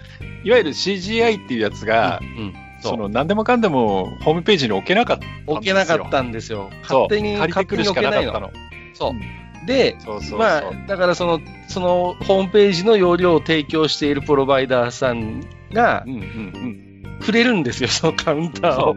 [SPEAKER 2] う、いわゆる CGI っていうやつが、
[SPEAKER 1] うん
[SPEAKER 2] そ
[SPEAKER 1] そう
[SPEAKER 2] の何でもかんでもホームページに置けなかったんですよ。
[SPEAKER 1] 置けなかったんですよ。
[SPEAKER 2] そう
[SPEAKER 1] 勝手に、
[SPEAKER 2] 借りて
[SPEAKER 1] 勝
[SPEAKER 2] く
[SPEAKER 1] 手
[SPEAKER 2] る
[SPEAKER 1] に
[SPEAKER 2] し
[SPEAKER 1] 置
[SPEAKER 2] か
[SPEAKER 1] け
[SPEAKER 2] な
[SPEAKER 1] な
[SPEAKER 2] か
[SPEAKER 1] い
[SPEAKER 2] った
[SPEAKER 1] の。
[SPEAKER 2] の。
[SPEAKER 1] そうう。で、
[SPEAKER 2] そうそうそう。
[SPEAKER 1] まあ、だからその、そのホームページの容量を提供しているプロバイダーさんが
[SPEAKER 2] うんうんうん。
[SPEAKER 1] くれるんですよ、そのカウンターを。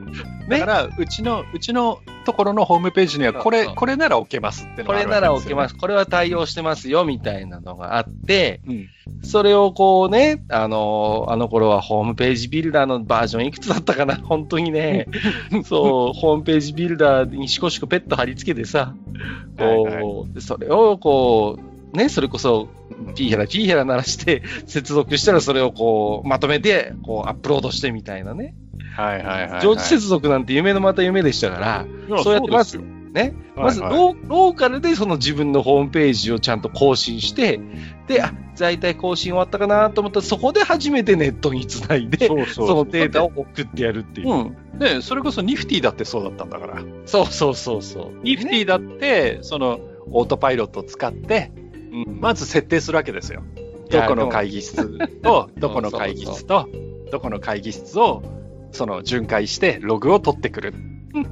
[SPEAKER 2] だから、うちの、うちのところのホームページには、これ、
[SPEAKER 1] そうそう
[SPEAKER 2] これなら置けますっての
[SPEAKER 1] こ
[SPEAKER 2] があ
[SPEAKER 1] れ
[SPEAKER 2] る。
[SPEAKER 1] なら置けますす、これは対応してますよ、みたいなのがあって、
[SPEAKER 2] うん。
[SPEAKER 1] それをこうね、あの、あの頃はホームページビルダーのバージョンいくつだったかな、 本当に ね、そう、ホームページビルダーにシコシコペット貼り付けてさ、こう、
[SPEAKER 2] はい
[SPEAKER 1] でそれをこう、ね、それこそ、ピーヘラピーヘラ鳴らして、接続したらそれをこう、まとめて、こう、アップロードしてみたいなね。
[SPEAKER 2] はいはいはいはい。
[SPEAKER 1] 常時接続なんて夢のまた夢でしたから、
[SPEAKER 2] いや
[SPEAKER 1] そうやってます
[SPEAKER 2] そうで
[SPEAKER 1] ね、
[SPEAKER 2] はい
[SPEAKER 1] まずロ
[SPEAKER 2] はい
[SPEAKER 1] ーローカルでその自分のホームページをちゃんと更新して、で、あ、在体更新終わったかなと思ったら、そこで初めてネットにつないで、
[SPEAKER 2] そうそ。
[SPEAKER 1] そうのデータを送ってやるっていう。
[SPEAKER 2] うん。ね、それこそニフティだってそうだったんだから。
[SPEAKER 1] そうそうそうそう。
[SPEAKER 2] ニフティだって、その、オートパイロットを使って、まず設定するわけですよ。
[SPEAKER 1] いや
[SPEAKER 2] どこの会議室と、 どこの会議室と、どこの会議室を、その、巡回して、ログを取ってくる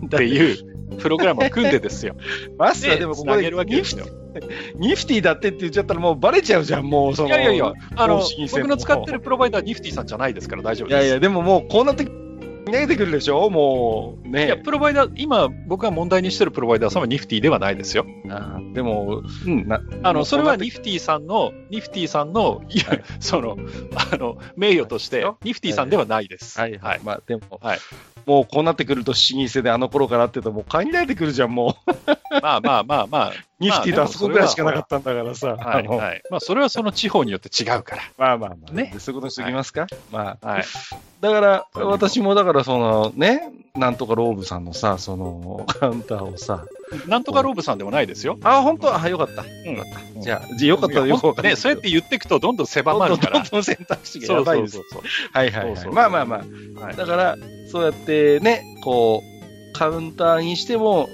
[SPEAKER 2] っていう、プログラムを組んでです よ。
[SPEAKER 1] マスター
[SPEAKER 2] で、
[SPEAKER 1] でもこ
[SPEAKER 2] つ
[SPEAKER 1] こ
[SPEAKER 2] な
[SPEAKER 1] で
[SPEAKER 2] げるわけ
[SPEAKER 1] ニ
[SPEAKER 2] で
[SPEAKER 1] フ
[SPEAKER 2] すよ。
[SPEAKER 1] ニフティだってって言っちゃったらもうバレちゃうじゃん、もうその。
[SPEAKER 2] いやいやいや、あの
[SPEAKER 1] 公式、戦
[SPEAKER 2] 僕の使ってるプロバイダーニフティさんじゃないですから大丈夫
[SPEAKER 1] い
[SPEAKER 2] です。
[SPEAKER 1] やいや、でももうこうなって、投げてくるでしょもう、
[SPEAKER 2] いや
[SPEAKER 1] ね。
[SPEAKER 2] プロバイダー、今、僕が問題にしてるプロバイダーさんはニフティではないですよ。
[SPEAKER 1] あーでも、
[SPEAKER 2] うん
[SPEAKER 1] な
[SPEAKER 2] あの、それは
[SPEAKER 1] ニ
[SPEAKER 2] ニフティさんの、ニフティさんの、いや
[SPEAKER 1] はい
[SPEAKER 2] その、あの、名誉として
[SPEAKER 1] はい、
[SPEAKER 2] ニフティさんではないです。
[SPEAKER 1] はいはい。まあでも、
[SPEAKER 2] はい
[SPEAKER 1] もうこうなってくると、老舗であの頃からって言うと、もう限られてくるじゃん、もう。
[SPEAKER 2] まあまあまあまあ、
[SPEAKER 1] ニフティとあそこぐらいしかなかったんだからさ。
[SPEAKER 2] は
[SPEAKER 1] あ
[SPEAKER 2] い
[SPEAKER 1] の
[SPEAKER 2] はい。まあ、それはその地方によって違うから。
[SPEAKER 1] まあまあまあ。
[SPEAKER 2] ね
[SPEAKER 1] ね。そういうことにしておきますか。まあ。
[SPEAKER 2] はい。
[SPEAKER 1] だから、
[SPEAKER 2] そうね
[SPEAKER 1] 私もだから、そのね、なんとかローブさんのさ、その、カウンターをさ。
[SPEAKER 2] なんとかローブさんでもないですよ。
[SPEAKER 1] あ、本当あ、よかった。よかった。じゃあ、じゃあよかったよくわかんない
[SPEAKER 2] ね、そうやって言っていくと、どんどん狭
[SPEAKER 1] どん
[SPEAKER 2] ま
[SPEAKER 1] ど
[SPEAKER 2] る
[SPEAKER 1] ん
[SPEAKER 2] か
[SPEAKER 1] ど
[SPEAKER 2] ら
[SPEAKER 1] ん。どん選択肢が
[SPEAKER 2] そ
[SPEAKER 1] や
[SPEAKER 2] う
[SPEAKER 1] ば
[SPEAKER 2] そ
[SPEAKER 1] いうです
[SPEAKER 2] そう。そう。
[SPEAKER 1] はいはい
[SPEAKER 2] そう
[SPEAKER 1] は
[SPEAKER 2] そ
[SPEAKER 1] い。
[SPEAKER 2] う
[SPEAKER 1] まあまあま
[SPEAKER 2] は
[SPEAKER 1] あ。
[SPEAKER 2] い
[SPEAKER 1] だから、そうやってね、こう、カウンターにしても、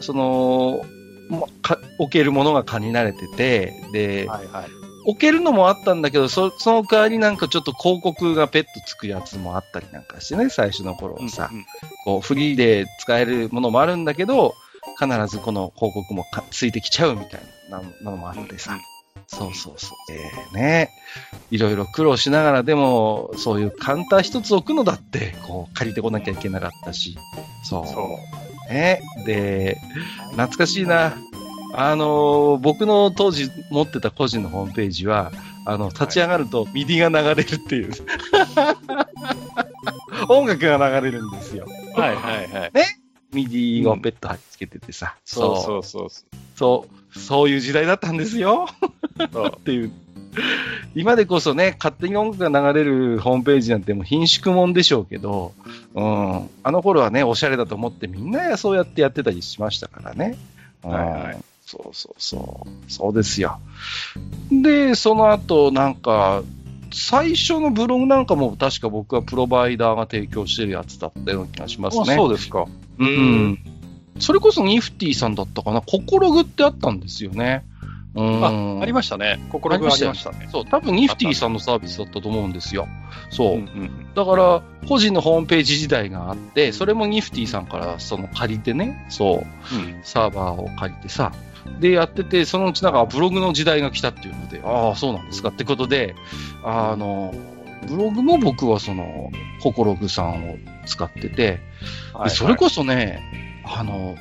[SPEAKER 1] その、まか置けるものが蚊に慣れてて、で、
[SPEAKER 2] はいはい。
[SPEAKER 1] 置けるのもあったんだけど、そその代わりなんかちょっと広告がペットつくやつもあったりなんかしてね、最初の頃はさ、
[SPEAKER 2] うんうん
[SPEAKER 1] こうフリーで使えるものもあるんだけど、必ずこの広告もかついてきちゃうみたいなのもあってさ、
[SPEAKER 2] うん
[SPEAKER 1] そうそうそう。ええね。いろいろ苦労しながら、でも、そういうカウンター一つ置くのだって、こう、借りてこなきゃいけなかったし。そう。
[SPEAKER 2] そ
[SPEAKER 1] ね。で、懐かしいな。あのー僕の当時持ってた個人のホームページは、あの、立ち上がるとミディが流れるって いう。音楽が流れるんですよ。
[SPEAKER 2] う。はいはいはい。
[SPEAKER 1] ミディをペット貼り付けててさ。。
[SPEAKER 2] そうそうそうそう
[SPEAKER 1] そう。そういう時代だったんですよ。
[SPEAKER 2] う。そう
[SPEAKER 1] っていう。今でこそね、勝手に音楽が流れるホームページなんてもう貧縮もんでしょうけど、うん、あの頃はね、おしゃれだと思ってみんなそうやってやってたりしましたからね。うん
[SPEAKER 2] はいはい
[SPEAKER 1] そうそうそう。そうですよ。で、その後、なんか、最初のブログなんかも確か僕はプロバイダーが提供してるやつだったような気がします
[SPEAKER 2] あ
[SPEAKER 1] ね。
[SPEAKER 2] そううですか。
[SPEAKER 1] ん。それこそニフティさんだったかな。心具ってあったんですよね。うん
[SPEAKER 2] ありましたね。心がありましたね。
[SPEAKER 1] そう、多分ニフティさんのサービスだったと思うんですよ。そう。
[SPEAKER 2] うんうん
[SPEAKER 1] だから、個人のホームページ時代があって、それもニフティさんからその借りてね、そう、
[SPEAKER 2] うん
[SPEAKER 1] サーバーを借りてさ、で、やってて、そのうちなんかブログの時代が来たっていうので、ああ、そうなんですかってことで、あの、ブログも僕はその、ココログさんを使ってて、
[SPEAKER 2] はいは
[SPEAKER 1] で
[SPEAKER 2] い
[SPEAKER 1] それこそね、あの、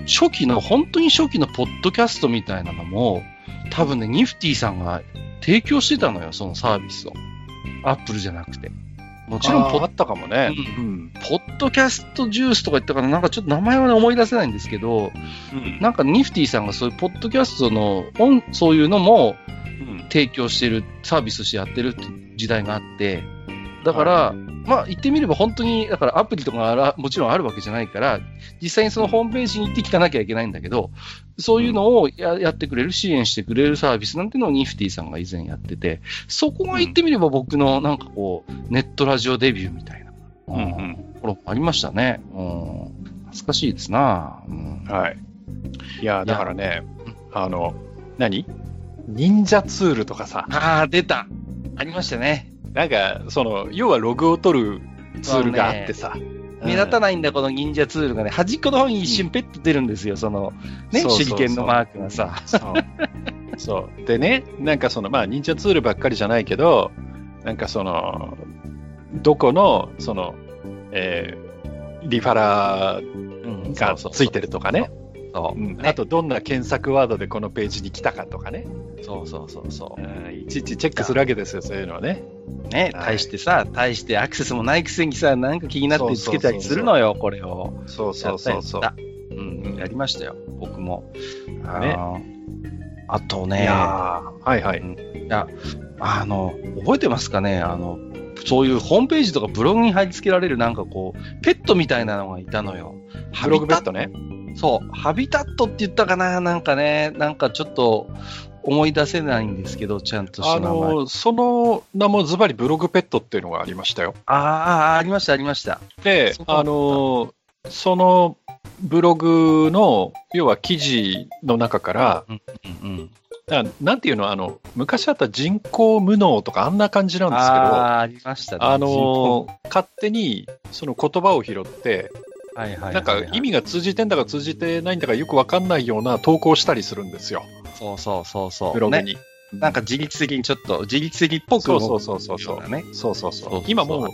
[SPEAKER 1] 初期の、本当に初期のポッドキャストみたいなのも、多分ね、ニフティさんが提供してたのよ、そのサービスを。アップルじゃなくて。もちろん
[SPEAKER 2] あ
[SPEAKER 1] ポ
[SPEAKER 2] ーあ
[SPEAKER 1] ッ、
[SPEAKER 2] ったかもね。
[SPEAKER 1] うん
[SPEAKER 2] うん
[SPEAKER 1] ポッドキャストジュースとか言ったかな、なんかちょっと名前はね思い出せないんですけど、
[SPEAKER 2] うん
[SPEAKER 1] なんかニフティさんがそういうポッドキャストの、音そういうのも
[SPEAKER 2] うん
[SPEAKER 1] 提供してる、サービスしてやってるって時代があって、だから、
[SPEAKER 2] は
[SPEAKER 1] まあ言ってみれば本当に、だからアプリとかあらもちろんあるわけじゃないから、実際にそのホームページに行って聞かなきゃいけないんだけど、そういうのをややってくれる、支援してくれるサービスなんてのをニフティさんが以前やってて、そこが言ってみれば僕のなんかこう、ネットラジオデビューみたいな、
[SPEAKER 2] うんうん
[SPEAKER 1] ところもありましたね。うん。懐かしいですな、うん、
[SPEAKER 2] はい。いや、だからね、あの、何忍者ツールとかさ、
[SPEAKER 1] ああ、出たありましたね。
[SPEAKER 2] なんか、その、要はログを取るツールがあってさ。
[SPEAKER 1] 目立た
[SPEAKER 2] ない。
[SPEAKER 1] ないんだ、この忍者ツールがね。端っこの方に一瞬ペッと出るんですよ、その、ね、
[SPEAKER 2] そうそうそう
[SPEAKER 1] 手裏剣のマークがさ。
[SPEAKER 2] そう。そう。でね、なんかその、まあ、忍者ツールばっかりじゃないけど、なんかその、どこの、その、えーリファラー
[SPEAKER 1] うん
[SPEAKER 2] がついてるとかね。。
[SPEAKER 1] そう
[SPEAKER 2] うんあと、どんな検索ワードでこのページに来たかとかね。
[SPEAKER 1] そうそうそうそ
[SPEAKER 2] うんいちいちチェックするわけですよ、そういうのはね。
[SPEAKER 1] う。ね、
[SPEAKER 2] はい
[SPEAKER 1] 対してさ、対してアクセスもないくせにさ、なんか気になってつけたりするのよ、これを。
[SPEAKER 2] そうそうそうそう。
[SPEAKER 1] やったやったうん、やりましたよ、僕も。
[SPEAKER 2] ね
[SPEAKER 1] あー。あと
[SPEAKER 2] い
[SPEAKER 1] ね、
[SPEAKER 2] やーはいはい。
[SPEAKER 1] あの、覚えてますかねあの、そういうホームページとかブログに貼り付けられるなんかこう、ペットみたいなのがいたのよ。
[SPEAKER 2] ブログベッドね。
[SPEAKER 1] そう、ハビタットって言ったかななんかね、なんかちょっと思い出せないんですけど、ちゃんとした
[SPEAKER 2] あ
[SPEAKER 1] 名前。あ
[SPEAKER 2] のその名もズバリブログペットっていうのがありましたよ。
[SPEAKER 1] あー、ありました、ありました。
[SPEAKER 2] で
[SPEAKER 1] そう、
[SPEAKER 2] あのそのブログの要は記事の中から、
[SPEAKER 1] うんうん。
[SPEAKER 2] あなんていうのあの昔あった人工無能とかあんな感じなんですけど。
[SPEAKER 1] あーありましたね。
[SPEAKER 2] あ
[SPEAKER 1] 人
[SPEAKER 2] の勝手にその言葉を拾って、
[SPEAKER 1] 工はいはいはいはい
[SPEAKER 2] なんか意味が通じてんだか通じてないんだかよくわかんないような投稿したりするんですよ、
[SPEAKER 1] そうそうそうそう。
[SPEAKER 2] ブログ
[SPEAKER 1] ね。
[SPEAKER 2] に。
[SPEAKER 1] なんか自律的にちょっと、自律的っぽく動く
[SPEAKER 2] そうそうそうそう
[SPEAKER 1] ようなね。
[SPEAKER 2] そうそう
[SPEAKER 1] そうそ
[SPEAKER 2] そうう。今もう、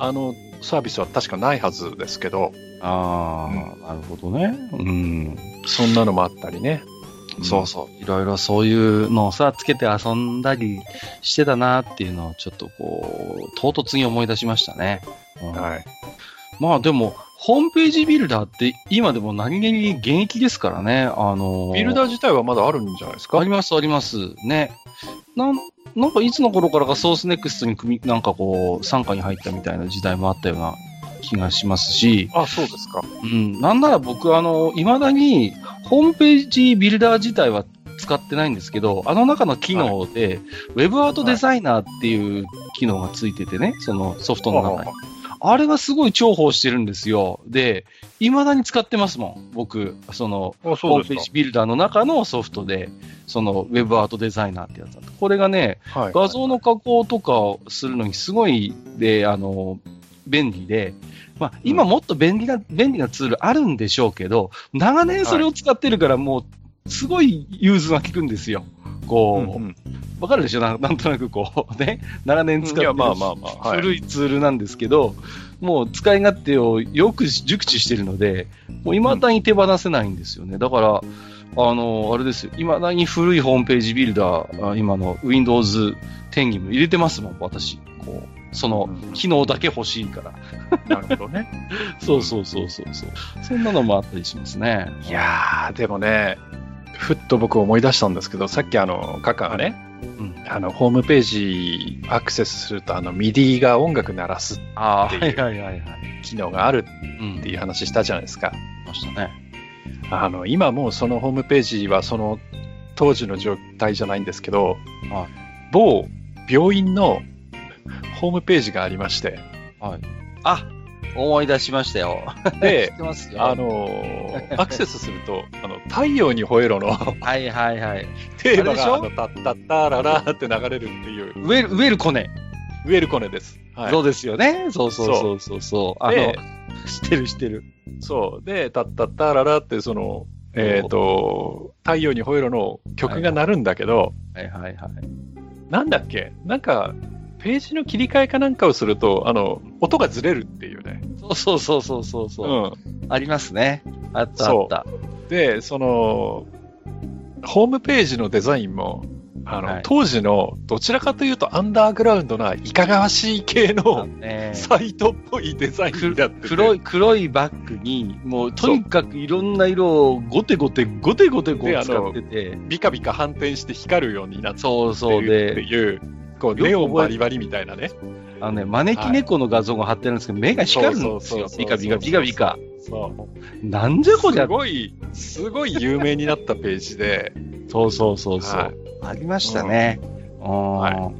[SPEAKER 2] あの、サービスは確かないはずですけど、
[SPEAKER 1] ああ、なるほどね。うん。
[SPEAKER 2] そんなのもあったりね。
[SPEAKER 1] そうそう。いろいろそういうのをさ、つけて遊んだりしてたなっていうのをちょっとこう、唐突に思い出しましたね。うん
[SPEAKER 2] はい。
[SPEAKER 1] まあでも、ホームページビルダーって今でも何気に現役ですからね。あの
[SPEAKER 2] ビルダー自体はまだあるんじゃないですか
[SPEAKER 1] ありますあります。ね。なんなんかいつの頃からかソースネクストに組み、なんかこう、傘下に入ったみたいな時代もあったような気がしますし、
[SPEAKER 2] あ、そうですか。
[SPEAKER 1] うん、なんなら僕、あの、いまだに、ホームページビルダー自体は使ってないんですけど、あの中の機能で、ウェブアートデザイナーっていう機能がついててね、そのソフトの中に。あれがすごい重宝してるんですよ。で、いまだに使ってますもん、僕。その、
[SPEAKER 2] あ、
[SPEAKER 1] ホ
[SPEAKER 2] そ
[SPEAKER 1] ー
[SPEAKER 2] う
[SPEAKER 1] ムペ
[SPEAKER 2] で
[SPEAKER 1] ー
[SPEAKER 2] す
[SPEAKER 1] ジビルダーの中のソフトで、その、ウェブアートデザイナーってやつだったこれがね、
[SPEAKER 2] か。はい。
[SPEAKER 1] 画像の加工とかをするのにすごい、で、あの、便利で、まあ、今もっと便利な、便利なツールあるんでしょうけど、長年それを使ってるから、もう、すごい融通が効くんですよ。こう、わ、
[SPEAKER 2] うん
[SPEAKER 1] かるでしょなんなんとなくこう、ね、長年使って
[SPEAKER 2] いや、
[SPEAKER 1] る
[SPEAKER 2] まあまあまあ。はい
[SPEAKER 1] 古いツールなんですけど、もう使い勝手をよく熟知してるので、もう未だに手放せないんですよね。だから、あの、あれですよ。未だに古いホームページビルダー、あ今の Windows 10にも入れてますもん、私。こう、その、
[SPEAKER 2] うん
[SPEAKER 1] 機能だけ欲しいから。
[SPEAKER 2] なるほどね。
[SPEAKER 1] そうそうそうそうそう。そんなのもあったりしますね。
[SPEAKER 2] いやー、でもね、ふっと僕思い出したんですけど、さっきあの、カカがね、
[SPEAKER 1] うん
[SPEAKER 2] あの、ホームページアクセスすると、あの、ミディが音楽鳴らす
[SPEAKER 1] ああ、
[SPEAKER 2] って
[SPEAKER 1] はいいうはいはいはい。
[SPEAKER 2] 機能がある
[SPEAKER 1] うん、
[SPEAKER 2] っていう話したじゃないですか。
[SPEAKER 1] ましたね。
[SPEAKER 2] あの今もうそのホームページはその当時の状態じゃないんですけど、
[SPEAKER 1] は
[SPEAKER 2] 某病院の ホームページがありまして
[SPEAKER 1] はい。あ、思い出しましたよ。知
[SPEAKER 2] で
[SPEAKER 1] ってますよ。
[SPEAKER 2] あのーアクセスすると「あの太陽に吠えろ」の
[SPEAKER 1] はいはいはい。
[SPEAKER 2] テーマが「
[SPEAKER 1] あ
[SPEAKER 2] あ
[SPEAKER 1] れ
[SPEAKER 2] のタッタッタララ」って流れるっていう
[SPEAKER 1] ウェル、ウェルコネ。
[SPEAKER 2] ウェルコネです。はい
[SPEAKER 1] そうですよね。そうそうそうそうそう。あの
[SPEAKER 2] で、
[SPEAKER 1] 知ってる知ってる。
[SPEAKER 2] そうで「タッタッタララ」ってその、えー、と「太陽に吠えろ」の曲が鳴るんだけど、
[SPEAKER 1] はいはいはい。
[SPEAKER 2] なんだっけなんか、ページの切り替えかなんかをすると、あの、音がずれるっていうね。
[SPEAKER 1] そうそうそうそうそう。
[SPEAKER 2] う
[SPEAKER 1] ありますね。あったあ
[SPEAKER 2] そ
[SPEAKER 1] っ
[SPEAKER 2] う
[SPEAKER 1] た。
[SPEAKER 2] ん。で、その、ホームページのデザインも、あの、
[SPEAKER 1] はい
[SPEAKER 2] 当時の、どちらかというとアンダーグラウンドないかがわしい系
[SPEAKER 1] あ
[SPEAKER 2] の
[SPEAKER 1] ね
[SPEAKER 2] サイトっぽいデザインだってて。
[SPEAKER 1] 黒い、黒いバッグに、もうとにかくいろんな色をゴテゴテ、ゴテゴテこ
[SPEAKER 2] で
[SPEAKER 1] う
[SPEAKER 2] あ
[SPEAKER 1] 使っ
[SPEAKER 2] の
[SPEAKER 1] てて。
[SPEAKER 2] ビカビカ反転して光るようになって
[SPEAKER 1] そうそう
[SPEAKER 2] るっ
[SPEAKER 1] で。
[SPEAKER 2] ていう、こう、
[SPEAKER 1] よく覚え
[SPEAKER 2] ネオンバリバリみたいなね。
[SPEAKER 1] あのね、招き猫の画像が貼ってあるんですけど、目が光るんですよ。ビカビカビカビカ。
[SPEAKER 2] そう
[SPEAKER 1] なんじゃこりゃ
[SPEAKER 2] す。ごい、すごい有名になったページで、
[SPEAKER 1] そうそうそうそう。
[SPEAKER 2] はい
[SPEAKER 1] ありましたね。うん
[SPEAKER 2] は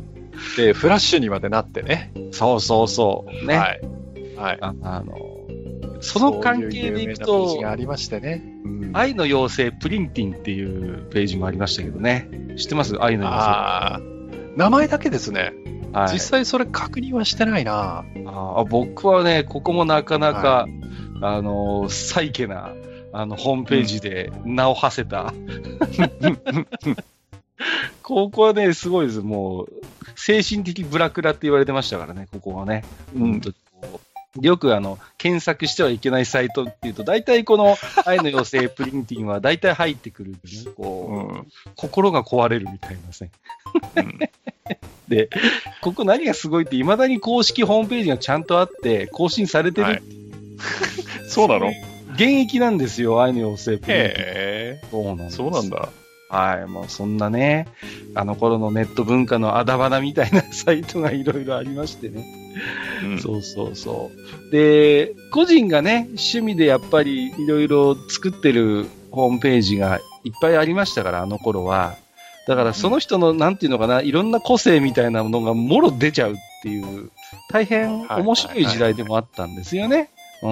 [SPEAKER 2] で、フラッシュにまでなってね。
[SPEAKER 1] そうそうそう。ね。
[SPEAKER 2] はい。はい。
[SPEAKER 1] ああのその関係でいくと
[SPEAKER 2] そういう有名なページがありましてね。うん
[SPEAKER 1] 愛の妖精プリンティンっていうページもありましたけどね。知ってます愛の妖
[SPEAKER 2] あー名前だけですね。
[SPEAKER 1] 精。はい
[SPEAKER 2] 実際それ確認はしてないな。
[SPEAKER 1] あー僕はね、ここもなかなか、あのー、最家な、あの、ホームページで名を馳せ た。ここはね、すごいです。もう、精神的ブラクラって言われてましたからね、ここはね。うん。よくあの、検索してはいけないサイトっていうと、大体この、 愛の妖精プリンティンは大体入ってくるんでね、こう、
[SPEAKER 2] うん。
[SPEAKER 1] 心が壊れるみたいなね。
[SPEAKER 2] うん
[SPEAKER 1] で、ここ何がすごいって、いまだに公式ホームページがちゃんとあって、更新されてる、
[SPEAKER 2] はい そうなの
[SPEAKER 1] 現役なんですよ、愛の妖精プリンテ
[SPEAKER 2] へえ。
[SPEAKER 1] ィン。そうなんです
[SPEAKER 2] そうなん。だ。
[SPEAKER 1] はい、もうそんなね、あの頃のネット文化のあだ花みたいなサイトがいろいろありましてね。
[SPEAKER 2] うん
[SPEAKER 1] そうそうそう。で、個人がね、趣味でやっぱりいろいろ作ってるホームページがいっぱいありましたから、あの頃は。だからその人の、なんていうのかな、いろんな個性みたいなものがもろ出ちゃうっていう、大変面白い時代でもあったんですよね。うん。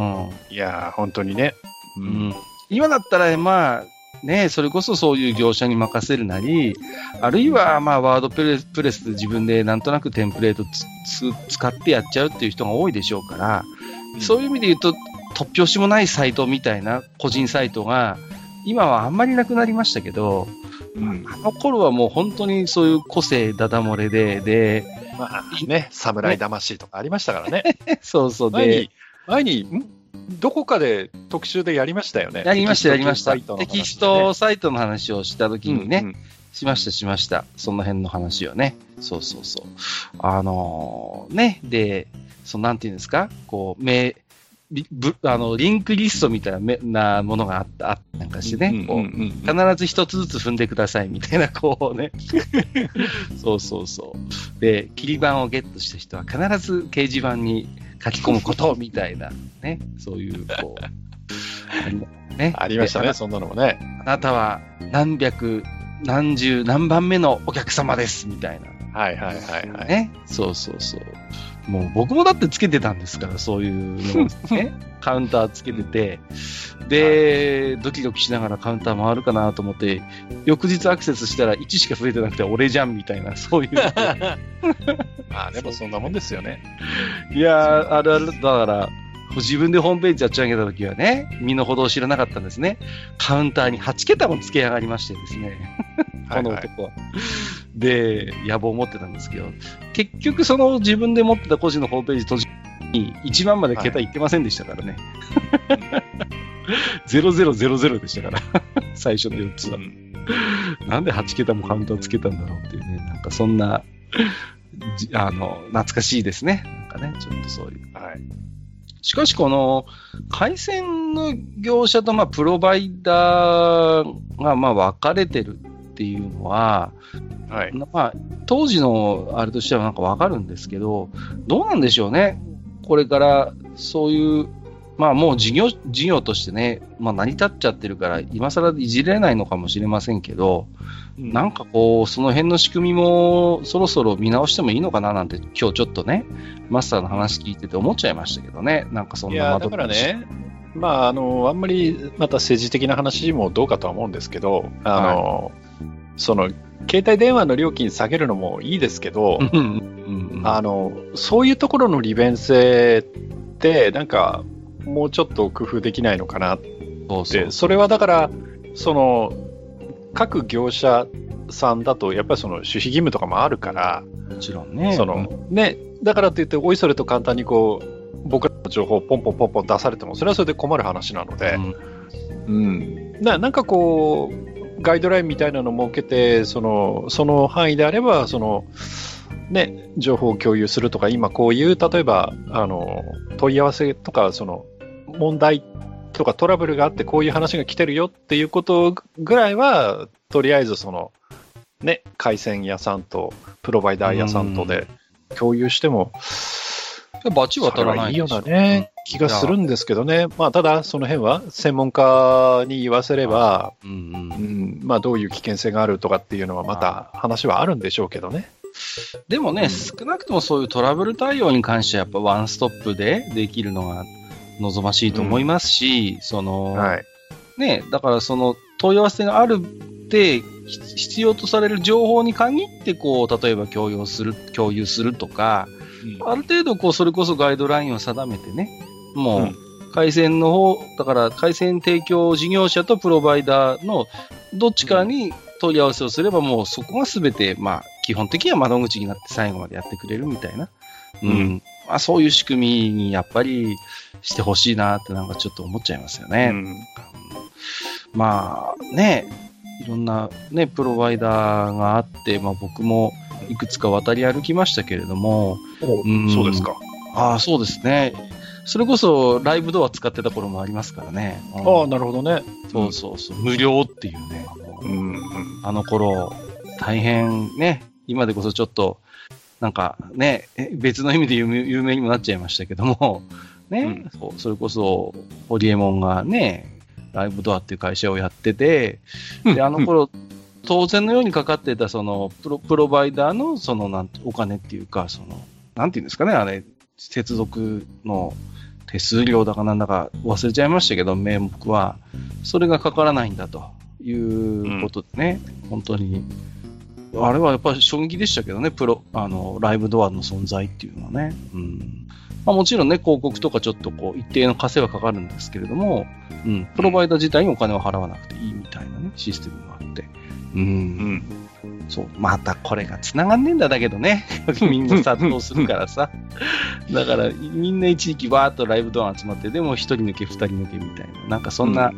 [SPEAKER 2] いやー、本当にね。う
[SPEAKER 1] う。ん今だったら、まあ、ね、それこそそういう業者に任せるなり、あるいは、まあ、ワードプレスプレスで自分でなんとなくテンプレートつつ使ってやっちゃうっていう人が多いでしょうから、そういう意味で言うと、突拍子もないサイトみたいな個人サイトが、今はあんまりなくなりましたけど、
[SPEAKER 2] うん。
[SPEAKER 1] あの頃はもう本当にそういう個性だだ漏れで、で、
[SPEAKER 2] まあ、ね、侍魂とかありましたからね。
[SPEAKER 1] そうそう
[SPEAKER 2] 前
[SPEAKER 1] で
[SPEAKER 2] に、、前に、んどこかで特集でやりましたよね。
[SPEAKER 1] やりました、やりました。
[SPEAKER 2] テキスト
[SPEAKER 1] テ
[SPEAKER 2] 系
[SPEAKER 1] キス
[SPEAKER 2] サイ
[SPEAKER 1] ト
[SPEAKER 2] の話
[SPEAKER 1] サイトの話をした時
[SPEAKER 2] でね
[SPEAKER 1] にね、。しました、しました。その辺の話をね。そうそうそう。あのーね、で、そのなんていうんですか、こう、め、リぶあのリンクリストみたいなめなものがあった、あったなんかしてね、
[SPEAKER 2] うんうん
[SPEAKER 1] こう
[SPEAKER 2] うんうん
[SPEAKER 1] 必ず一つずつ踏んでくださいみたいな、 こうね。そうそうそう。で、切り板をゲットした人は必ず掲示板に書き込むことみたいな、ね、そういう、こうあの。ね
[SPEAKER 2] ありました
[SPEAKER 1] で
[SPEAKER 2] ね、そんなのもね。
[SPEAKER 1] あなたは何百、何十、何番目のお客様です、みたいな。
[SPEAKER 2] はいはいはいはい。
[SPEAKER 1] ね。そうそうそう。もう僕もだってつけてたんですから、そういうのをね。カウンターつけてて、で、ドキドキしながらカウンター回るかなと思って、翌日アクセスしたら1しか増えてなくて俺じゃんみたいな、そういう。
[SPEAKER 2] まあ、でもそんなもんですよね。
[SPEAKER 1] いやー、あるある、だから、自分でホームページ立ち上げた時はね、身の程を知らなかったんですね。カウンターに8桁もつけ上がりましてですね。この
[SPEAKER 2] はいはい
[SPEAKER 1] 男は。で、野望を持ってたんですけど、結局その自分で持ってた個人のホームページ閉じに1万まで桁いってませんでしたからね。0000でしたから、 最初の4つは。なんで8桁もカウンターつけたんだろうっていうね、なんかそんな、じあの、懐かしいですね。なんかね、ちょっとそういう。
[SPEAKER 2] はい。
[SPEAKER 1] しかし、この回線の業者とまあプロバイダーがまあ分かれてるっていうのは、
[SPEAKER 2] はい。
[SPEAKER 1] まあ、当時のあれとしてはなんかわかるんですけど、どうなんでしょうね、これからそういう、まあもう事業事業としてね、まあ、成り立っちゃってるから、今更いじれないのかもしれませんけど、なんかこう、その辺の仕組みもそろそろ見直してもいいのかななんて、今日ちょっとね、マスターの話聞いてて思っちゃいましたけどね、なんかそん
[SPEAKER 2] い
[SPEAKER 1] な
[SPEAKER 2] や
[SPEAKER 1] ま
[SPEAKER 2] だ
[SPEAKER 1] と
[SPEAKER 2] からね、まあ、あのあんまりまた政治的な話もどうかとは思うんですけど、あのその携帯電話の料金下げるのもいいですけど、
[SPEAKER 1] うんうんうん
[SPEAKER 2] あのそういうところの利便性って、なんかもうちょっと工夫できないのかなって、
[SPEAKER 1] そう
[SPEAKER 2] そ
[SPEAKER 1] そう
[SPEAKER 2] れはだから、その各業者さんだと、やっぱりその守秘義務とかもあるから、
[SPEAKER 1] もちろんね。
[SPEAKER 2] そのね、だからといって、おいそれと簡単にこう僕らの情報をポンポンポンポン出されても、それはそれで困る話なの
[SPEAKER 1] う
[SPEAKER 2] で、
[SPEAKER 1] ん
[SPEAKER 2] うんななんかこう、ガイドラインみたいなのを設けて、そのその範囲であればその、ね、情報を共有するとか、今こういう、例えばあの問い合わせとか、その問題とかトラブルがあって、こういう話が来てるよっていうことぐらいは、とりあえずその、ね、回線屋さんとプロバイダー屋さんとで共有しても、
[SPEAKER 1] バチは当たらないい
[SPEAKER 2] い
[SPEAKER 1] でし
[SPEAKER 2] よ
[SPEAKER 1] ょ
[SPEAKER 2] うなね、気がするんですけどね。まあ、ただ、その辺は専門家に言わせれば、
[SPEAKER 1] うんう
[SPEAKER 2] うんん、まあ、どういう危険性があるとかっていうのは、また話はあるんでしょうけどね。
[SPEAKER 1] でもね、
[SPEAKER 2] うん
[SPEAKER 1] 少なくともそういうトラブル対応に関してはやっぱワンストップでできるのが望ましいと思いますし、その、
[SPEAKER 2] はい。
[SPEAKER 1] ね、だからその問い合わせがあるってひ必要とされる情報に限ってこう例えば共有する共有するとかある程度こうそれこそガイドラインを定めてねもう、
[SPEAKER 2] うん
[SPEAKER 1] 回線の方だから回線提供事業者とプロバイダーのどっちかに問い合わせをすればもうそこが全て、まあ、基本的には窓口になって最後までやってくれるみたいな、うん
[SPEAKER 2] うん
[SPEAKER 1] まあ、そういう仕組みにやっぱりしてほしいなってなんかちょっと思っちゃいますよね。
[SPEAKER 2] うん
[SPEAKER 1] まあね、いろんなね、プロバイダーがあって、まあ僕もいくつか渡り歩きましたけれども、うん
[SPEAKER 2] そうですか。
[SPEAKER 1] ああ、そうですね。それこそライブドア使ってた頃もありますからね。
[SPEAKER 2] ああ、なるほどね。
[SPEAKER 1] そうそうそう。無料っていうね。
[SPEAKER 2] うん。うん
[SPEAKER 1] あの頃、大変ね、今でこそちょっと、なんかね、え別の意味で有名有名にもなっちゃいましたけども、ね、そうそれこそ、ホリエモンがね、ライブドアっていう会社をやってて、で、あの頃、当然のようにかかってた、その、プロ、プロバイダーの、その、なん、お金っていうか、その、なんていうんですかね、あれ、接続の手数料だかなんだか忘れちゃいましたけど、名目は、それがかからないんだということでね、本当に、あれはやっぱり衝撃でしたけどね、プロ、あの、ライブドアの存在っていうのはね。うん。まあもちろんね、広告とかちょっとこう、一定の稼はかかるんですけれども、うん、プロバイダー自体にお金を払わなくていいみたいなね、システムがあって。う、
[SPEAKER 2] うんん。
[SPEAKER 1] そう、またこれが繋がんねえんだだけど ね、みんな殺到するからさ。だから、みんな一時期わーっとライブドア集まって、でも一人抜け、二人抜けみたいな、なんかそんな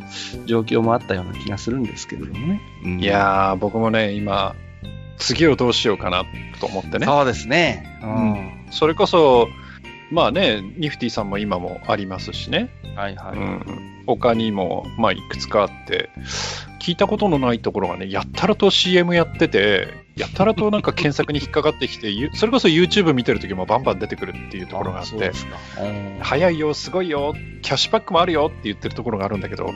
[SPEAKER 1] 状況もあったような気がするんですけれどもね。うん
[SPEAKER 2] いやー、僕もね、今、次をどうしようかなと思ってね。
[SPEAKER 1] そうですね。う
[SPEAKER 2] うん
[SPEAKER 1] ん。
[SPEAKER 2] それこそ、まあね、ニフティさんも今もありますしね、
[SPEAKER 1] はいは
[SPEAKER 2] う
[SPEAKER 1] い。
[SPEAKER 2] ん、他にも、まあ、いくつかあって、聞いたことのないところがね、やったらと CM やってて、やったらとなんか検索に引っかかってきて、 ゆそれこそ YouTube 見てる時もバンバン出てくるっていうところがあっ
[SPEAKER 1] そうで
[SPEAKER 2] て、
[SPEAKER 1] すか。うん
[SPEAKER 2] 早いよ、すごいよ、キャッシュバックもあるよって言ってるところがあるんだけど、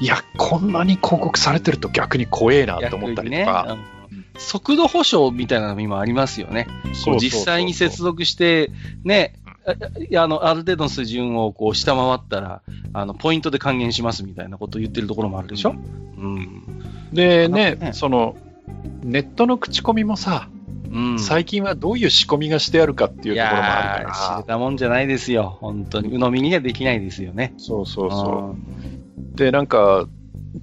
[SPEAKER 2] いや、こんなに広告されてると逆に怖えなと思ったりとか、
[SPEAKER 1] 逆にねうん速度保証みたいなのも今ありますよね。こう実際に接続して、ね、あいやあのある程度の水準をこう下回ったらあの、ポイントで還元しますみたいなことを言ってるところもあるでしょ。うん
[SPEAKER 2] で
[SPEAKER 1] なん
[SPEAKER 2] ね
[SPEAKER 1] かね
[SPEAKER 2] そのネットの口コミもさ、
[SPEAKER 1] うん、
[SPEAKER 2] 最近はどういう仕込みがしてあるかっていうところもあ
[SPEAKER 1] い
[SPEAKER 2] る
[SPEAKER 1] や
[SPEAKER 2] か
[SPEAKER 1] ー知れ
[SPEAKER 2] ら
[SPEAKER 1] たもんじゃないですよ、本当に。鵜呑みにはできないですよね。
[SPEAKER 2] そうそうそううでなんか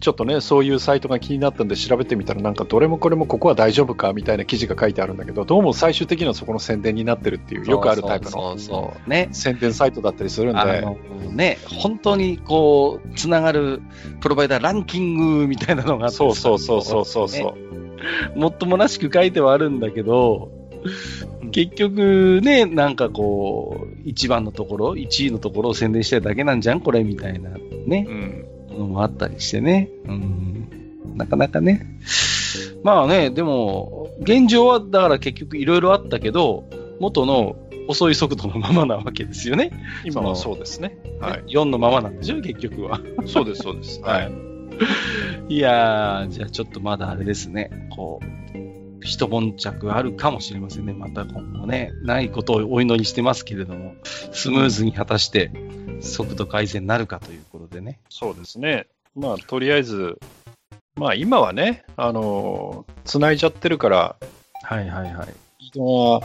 [SPEAKER 2] ちょっとねそういうサイトが気になったんで調べてみたらなんかどれもこれもここは大丈夫かみたいな記事が書いてあるんだけどどうも最終的にはそこの宣伝になってるっていうんよくあるタイプの
[SPEAKER 1] そうそうそうね。
[SPEAKER 2] 宣伝サイトだったりするん
[SPEAKER 1] あ
[SPEAKER 2] で
[SPEAKER 1] のね、本当にこう、つながるプロバイダーランキングみたいなのがあって
[SPEAKER 2] そうそうそうそうそうそう、
[SPEAKER 1] もっともらしく書いてはあるんだけど、結局ね、なんかこう、一番のところ、1位のところを宣伝してるだけなんじゃん、これみたいなね、
[SPEAKER 2] うん
[SPEAKER 1] のもあったりしてね。うん。なかなかね。まあね、でも、現状はだから結局いろいろあったけど、元の遅い速度のままなわけですよね。
[SPEAKER 2] 今はそうですねはい
[SPEAKER 1] 4のままなんでしょ、結局は。
[SPEAKER 2] そうですそうですはい、
[SPEAKER 1] いやー、じゃあちょっとまだあれですね、こう、一悶着あるかもしれませんね。また今後ね、ないことをお祈りしてますけれども、スムーズに果たして速度改善になるかということでね。
[SPEAKER 2] そうですね。まあ、とりあえず、まあ、今はね、あのー、繋いじゃってるから、
[SPEAKER 1] はいはいはい。
[SPEAKER 2] 移動は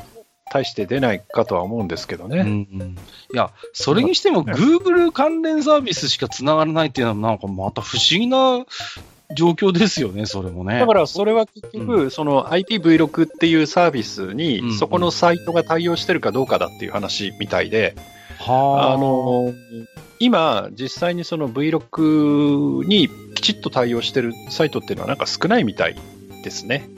[SPEAKER 2] 大して出ないかとは思うんですけど
[SPEAKER 1] うん
[SPEAKER 2] ね。
[SPEAKER 1] うん、いや、それにしても Google 関連サービスしか繋がらないっていうのはなんかまた不思議な状況ですよね、それもね。
[SPEAKER 2] だから、それは結局、
[SPEAKER 1] う
[SPEAKER 2] その IPv6 っていうサービスに、
[SPEAKER 1] うんうん
[SPEAKER 2] そこのサイトが対応してるかどうかだっていう話みたいで、
[SPEAKER 1] はー
[SPEAKER 2] あのー、今、実際にその V6 にきちっと対応してるサイトっていうのはなんか少ないみたいですね。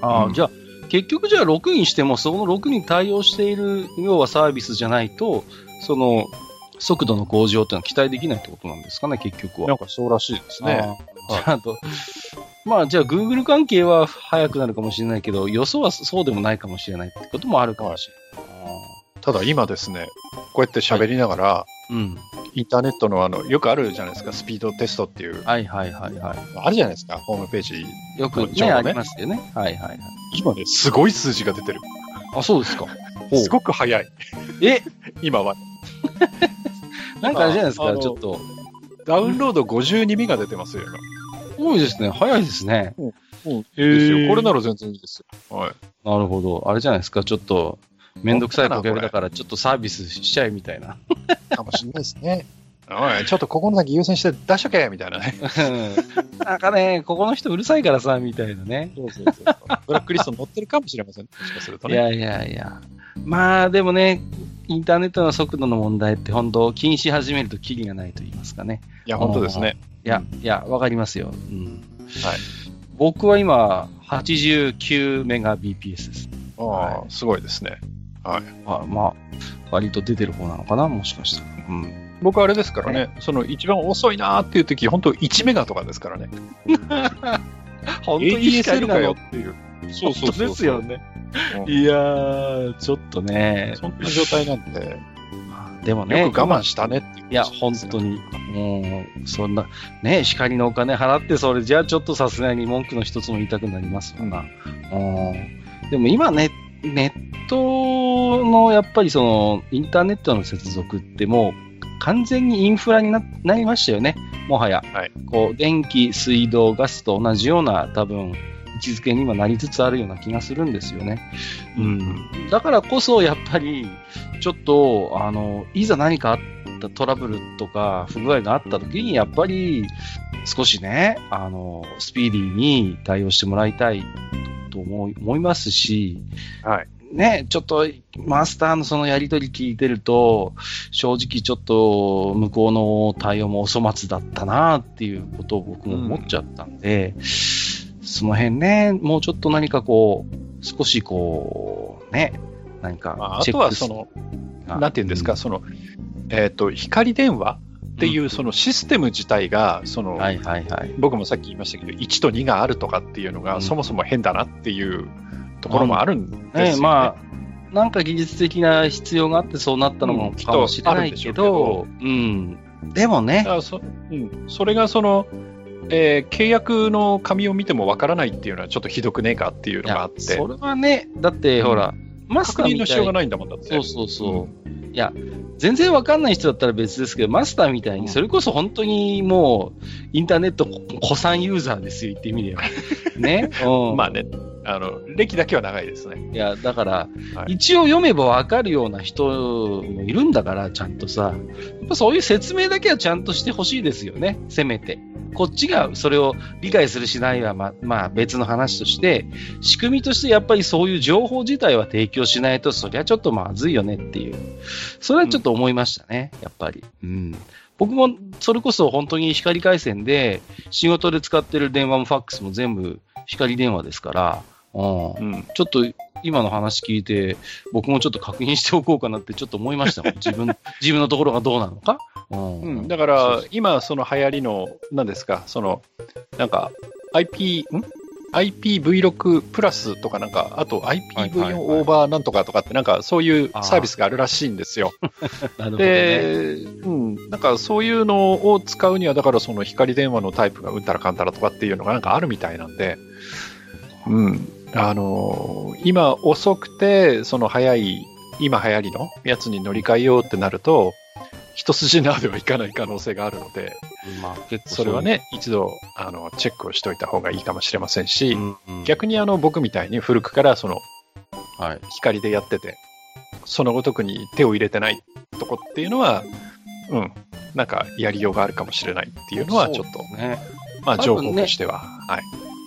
[SPEAKER 1] ああ、
[SPEAKER 2] うん
[SPEAKER 1] じゃあ、結局じゃあ、ログインしても、そのログに対応している、要はサービスじゃないと、その、速度の向上っていうのは期待できないってことなんですかね、結局は。
[SPEAKER 2] かそうらしいです
[SPEAKER 1] ああ。じゃあ、あと、まあ、じゃあ、Google 関係は早くなるかもしれないけど、予想はそうでもないかもしれないってこともあるかもしれない。
[SPEAKER 2] ただ今ですね、こうやって喋りながら、
[SPEAKER 1] うん。
[SPEAKER 2] インターネットのあの、よくあるじゃないですか、スピードテストっていう、
[SPEAKER 1] はいはいはいは
[SPEAKER 2] あるじゃないですか、ホームページ。
[SPEAKER 1] い。よく
[SPEAKER 2] ちょ
[SPEAKER 1] ね、
[SPEAKER 2] うど
[SPEAKER 1] あ
[SPEAKER 2] ね
[SPEAKER 1] りますよね。はいはいはい。
[SPEAKER 2] 今ね、すごい数字が出てる。
[SPEAKER 1] あ、そうですか。ほう
[SPEAKER 2] すごく早い、
[SPEAKER 1] え、
[SPEAKER 2] 今は。
[SPEAKER 1] なんかあれじゃないです
[SPEAKER 2] あ
[SPEAKER 1] か、
[SPEAKER 2] の
[SPEAKER 1] ちょっと。
[SPEAKER 2] ダウンロード52ミが出てますよ、今。
[SPEAKER 1] 多いですね。早いですね。
[SPEAKER 2] です
[SPEAKER 1] へー
[SPEAKER 2] よ。これなら全然いいですよ。はい。
[SPEAKER 1] なるほど。あれじゃないですか、ちょっと、めんどくさい顧客だから、ちょっとサービスしちゃえみたいな。
[SPEAKER 2] かもしれないですね。おい、ちょっとここのだけ優先して出しとけみたいなね。
[SPEAKER 1] うん なんかね、ここの人うるさいからさ、みたいなね。
[SPEAKER 2] そうそうそう。ブラックリストに載ってるかもしれません。もしかすると
[SPEAKER 1] い
[SPEAKER 2] ね。
[SPEAKER 1] やいやいや。まあ、でもね、インターネットの速度の問題って、本当気にし始めるとキリがないと言いますかね。
[SPEAKER 2] いや、本当ですね。
[SPEAKER 1] いや、いや、わかりますよ。うん。
[SPEAKER 2] はい。
[SPEAKER 1] 僕は今、89メガ BPS です。
[SPEAKER 2] ああ、すごいですね。
[SPEAKER 1] あまあ、割と出てる方なのかな、もしかしたら。うん。
[SPEAKER 2] 僕あれですからね、その一番遅いなーっていう時、本当1メガとかですからね。
[SPEAKER 1] 本
[SPEAKER 2] ADSL かよっていう。そうそうそうそう。
[SPEAKER 1] ですよね。
[SPEAKER 2] うん
[SPEAKER 1] いやー、ちょっとね。
[SPEAKER 2] そんな状態なんで、
[SPEAKER 1] でもね、
[SPEAKER 2] よく我慢したねっていう。
[SPEAKER 1] いや、本当。に、もう、そんな、ね、光のお金払って、それじゃあちょっとさすがに文句の一つも言いたくなりますわな。うん、でも今ね、ネットの、やっぱりその、インターネットの接続ってもう、完全にインフラにななりましたよね、もはや。
[SPEAKER 2] はい
[SPEAKER 1] こう、電気、水道、ガスと同じような、多分、位置づけに今なりつつあるような気がするんですよね。うん、だからこそ、やっぱり、ちょっと、あの、いざ何かあったトラブルとか不具合があった時に、やっぱり少しね、あの、スピーディーに対応してもらいたいと思い思いますし、
[SPEAKER 2] はい。
[SPEAKER 1] ね、ちょっとマスターのそのやりとり聞いてると、正直ちょっと向こうの対応もお粗末だったなっていうことを僕も思っちゃったんで、その辺ね、もうちょっと何かこう、少しこう、ね、何
[SPEAKER 2] まあ
[SPEAKER 1] か
[SPEAKER 2] あ
[SPEAKER 1] チェ
[SPEAKER 2] と
[SPEAKER 1] ッ
[SPEAKER 2] は
[SPEAKER 1] クす
[SPEAKER 2] そ
[SPEAKER 1] る
[SPEAKER 2] の、なんていうんですか、その、えっ、と、光電話っていうそのシステム自体が、その、
[SPEAKER 1] はいはいはい。
[SPEAKER 2] 僕もさっき言いましたけど、1と2があるとかっていうの
[SPEAKER 1] う
[SPEAKER 2] が、
[SPEAKER 1] ん
[SPEAKER 2] そもそも変だなっていうところもあるんですよね。
[SPEAKER 1] ねまあ、なんか技術的な必要があってそうなったのも
[SPEAKER 2] うんきっと
[SPEAKER 1] かもしれないけど、うん。でも
[SPEAKER 2] だ
[SPEAKER 1] ね、
[SPEAKER 2] からそうん、それがその、えー契約の紙を見てもわからないっていうのはちょっとひどくねえかっていう
[SPEAKER 1] い
[SPEAKER 2] のがあ
[SPEAKER 1] や
[SPEAKER 2] っ、て、
[SPEAKER 1] それはね、だってほら、マスタ
[SPEAKER 2] 確
[SPEAKER 1] ー
[SPEAKER 2] 認
[SPEAKER 1] み
[SPEAKER 2] のしたよう
[SPEAKER 1] い
[SPEAKER 2] がないんだもんだって。
[SPEAKER 1] そうそうそう。いや、全然わかんない人だったら別ですけど、マスターみたいうに、
[SPEAKER 2] ん
[SPEAKER 1] それこそ本当にもう、インターネット 古参ユーザーですよ、言ってみれば。 ね。うん。
[SPEAKER 2] まあね、あの、歴だけは長いですね。
[SPEAKER 1] いや、だから、
[SPEAKER 2] はい
[SPEAKER 1] 一応読めばわかるような人もいるんだから、ちゃんとさ。やっぱそういう説明だけはちゃんとしてほしいですよね、せめて。こっちがそれを理解するしないはま、まあ別の話として、仕組みとしてやっぱりそういう情報自体は提供しないと、そりゃちょっとまずいよねっていう。それはちょっと思いましたね、やっぱり。うん。僕もそれこそ本当に光回線で仕事で使ってる電話もファックスも全部光電話ですから、うん。
[SPEAKER 2] うん。
[SPEAKER 1] ちょっと今の話聞いて、僕もちょっと確認しておこうかなってちょっと思いま したもん。自分、自分のところがどうなのか。うん
[SPEAKER 2] だ
[SPEAKER 1] そ
[SPEAKER 2] か
[SPEAKER 1] う
[SPEAKER 2] ら
[SPEAKER 1] そう、
[SPEAKER 2] 今、その流行りの、何ですか、その、なんか、IP、ん IPv6 プラスとかなんか、あと
[SPEAKER 1] はいはい
[SPEAKER 2] IPv4 オーバーなんとかとかって、なんかそういうサービスがあるらしいんですよ。
[SPEAKER 1] なるほどね、
[SPEAKER 2] で、うん、なんかそういうのを使うには、だからその光電話のタイプがうんたらかんたらとかっていうのがなんかあるみたいなんで、うん、あのー今遅くて、その早い、今流行りのやつに乗り換えようってなると、一筋縄ではいかない可能性があるので、
[SPEAKER 1] まあ結構
[SPEAKER 2] それは、ね、一度、あの、チェックをしておいた方がいいかもしれませんし、
[SPEAKER 1] うんうん
[SPEAKER 2] 逆にあの、僕みたいに古くからその、
[SPEAKER 1] はい。
[SPEAKER 2] 光でやってて、そのごとくに手を入れてないとこっていうのは、うん、なんかやりようがあるかもしれないっていうのは、ちょっと、
[SPEAKER 1] ね、やっ
[SPEAKER 2] まあ、
[SPEAKER 1] 多
[SPEAKER 2] 情
[SPEAKER 1] 分ね
[SPEAKER 2] 報としては、はい。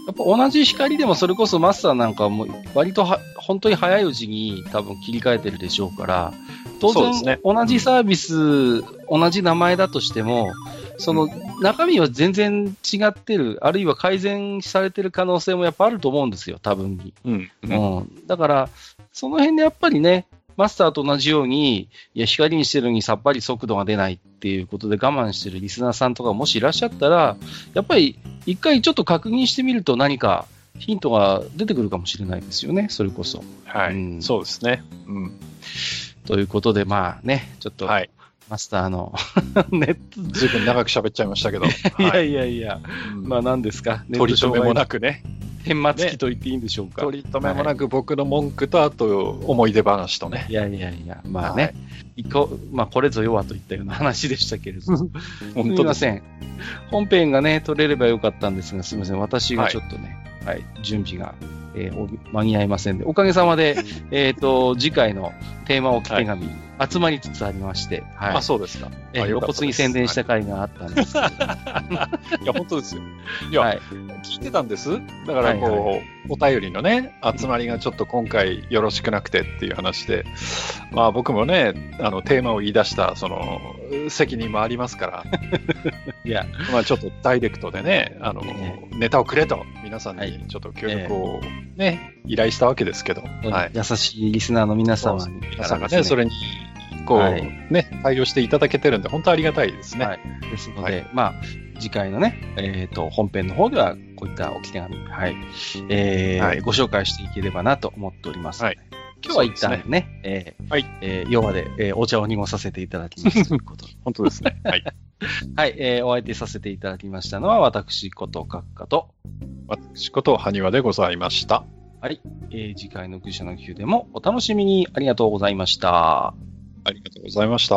[SPEAKER 1] ぱ同じ光でもそれこそマスターなんかはもう割とは本当に早いうちに多分切り替えてるでしょうから、当
[SPEAKER 2] そうで
[SPEAKER 1] 然、
[SPEAKER 2] すね
[SPEAKER 1] 同じサービス、同じ名前だとしても、その中身は全然違ってる、あるいは改善されてる可能性もやっぱあると思うんですよ、多分に。
[SPEAKER 2] うん。うん
[SPEAKER 1] うん、だから、その辺でやっぱりね、マスターと同じように、いや、光にしてるのにさっぱり速度が出ないっていうことで我慢してるリスナーさんとかもしいらっしゃったら、やっぱり一回ちょっと確認してみると何かヒントが出てくるかもしれないですよね、それこそ。
[SPEAKER 2] はい、
[SPEAKER 1] うん
[SPEAKER 2] そうですね。うん。
[SPEAKER 1] ということで、まあね、ちょっと、
[SPEAKER 2] はい。
[SPEAKER 1] マスターの ネット、
[SPEAKER 2] ずいぶん長く喋っちゃい ましたけど。
[SPEAKER 1] いや
[SPEAKER 2] はい、
[SPEAKER 1] いやいや、
[SPEAKER 2] うん
[SPEAKER 1] まあ何ですか、ネッ
[SPEAKER 2] 取
[SPEAKER 1] ト
[SPEAKER 2] り留
[SPEAKER 1] 障
[SPEAKER 2] めも
[SPEAKER 1] 害の
[SPEAKER 2] なくね。
[SPEAKER 1] 天末期と言っていいんでしょうか。
[SPEAKER 2] 取り留めもなく僕の文句と、あと思い出話とね。
[SPEAKER 1] いやいやいや、まあね、
[SPEAKER 2] はい
[SPEAKER 1] いこまあ、これぞ弱といったような話でしたけれども、す
[SPEAKER 2] 本
[SPEAKER 1] み
[SPEAKER 2] 当
[SPEAKER 1] ま
[SPEAKER 2] です。
[SPEAKER 1] せん。本編がね、取れればよかったんですが、すみません。私がちょっとね、はい、準備が、えーお間に合いませんで、おかげさまで、 えっと、次回のテーマ置き手紙、集まりつつありまして、はい。
[SPEAKER 2] あ、そうですか。
[SPEAKER 1] えー
[SPEAKER 2] あ
[SPEAKER 1] 露
[SPEAKER 2] よかったです
[SPEAKER 1] 骨に宣伝した回があったんですけど、
[SPEAKER 2] いや、本当ですよ。いや、
[SPEAKER 1] はい
[SPEAKER 2] 聞いてたんです。だから、こう、
[SPEAKER 1] はい
[SPEAKER 2] お便りのね、集まりがちょっと今回よろしくなくてっていう話で、まあ僕もね、あの、テーマを言い出した、その、責任もあります から、
[SPEAKER 1] いや、
[SPEAKER 2] まあちょっとダイレクトでね、あの、
[SPEAKER 1] ね
[SPEAKER 2] ネタをくれと、皆さん
[SPEAKER 1] は
[SPEAKER 2] に
[SPEAKER 1] い
[SPEAKER 2] ちょっと協力をね、依頼したわけですけど、はい。
[SPEAKER 1] 優しいリスナーの皆様に、
[SPEAKER 2] 皆さんがね、それに、こう、
[SPEAKER 1] はい
[SPEAKER 2] ね、対応していただけてるんで、本当ありがたいですね。
[SPEAKER 1] はいですので、まあ、次回のね、えっ、と、本編の方では、こういった置き手紙、はい、えー
[SPEAKER 2] はい
[SPEAKER 1] ご紹介していければなと思っております。
[SPEAKER 2] はい
[SPEAKER 1] 今日は一
[SPEAKER 2] そうで
[SPEAKER 1] 旦ね、えー
[SPEAKER 2] はい
[SPEAKER 1] えーヨガで、えーお茶を濁させていただきま したということで
[SPEAKER 2] 本当ですね。はい。
[SPEAKER 1] はい、えーお相手させていただきましたのは、私こと閣下と、
[SPEAKER 2] 私こと、埴輪でございました。
[SPEAKER 1] えー次回の愚者の宮でもお楽しみにありがとうございました。
[SPEAKER 2] ありがとうございました。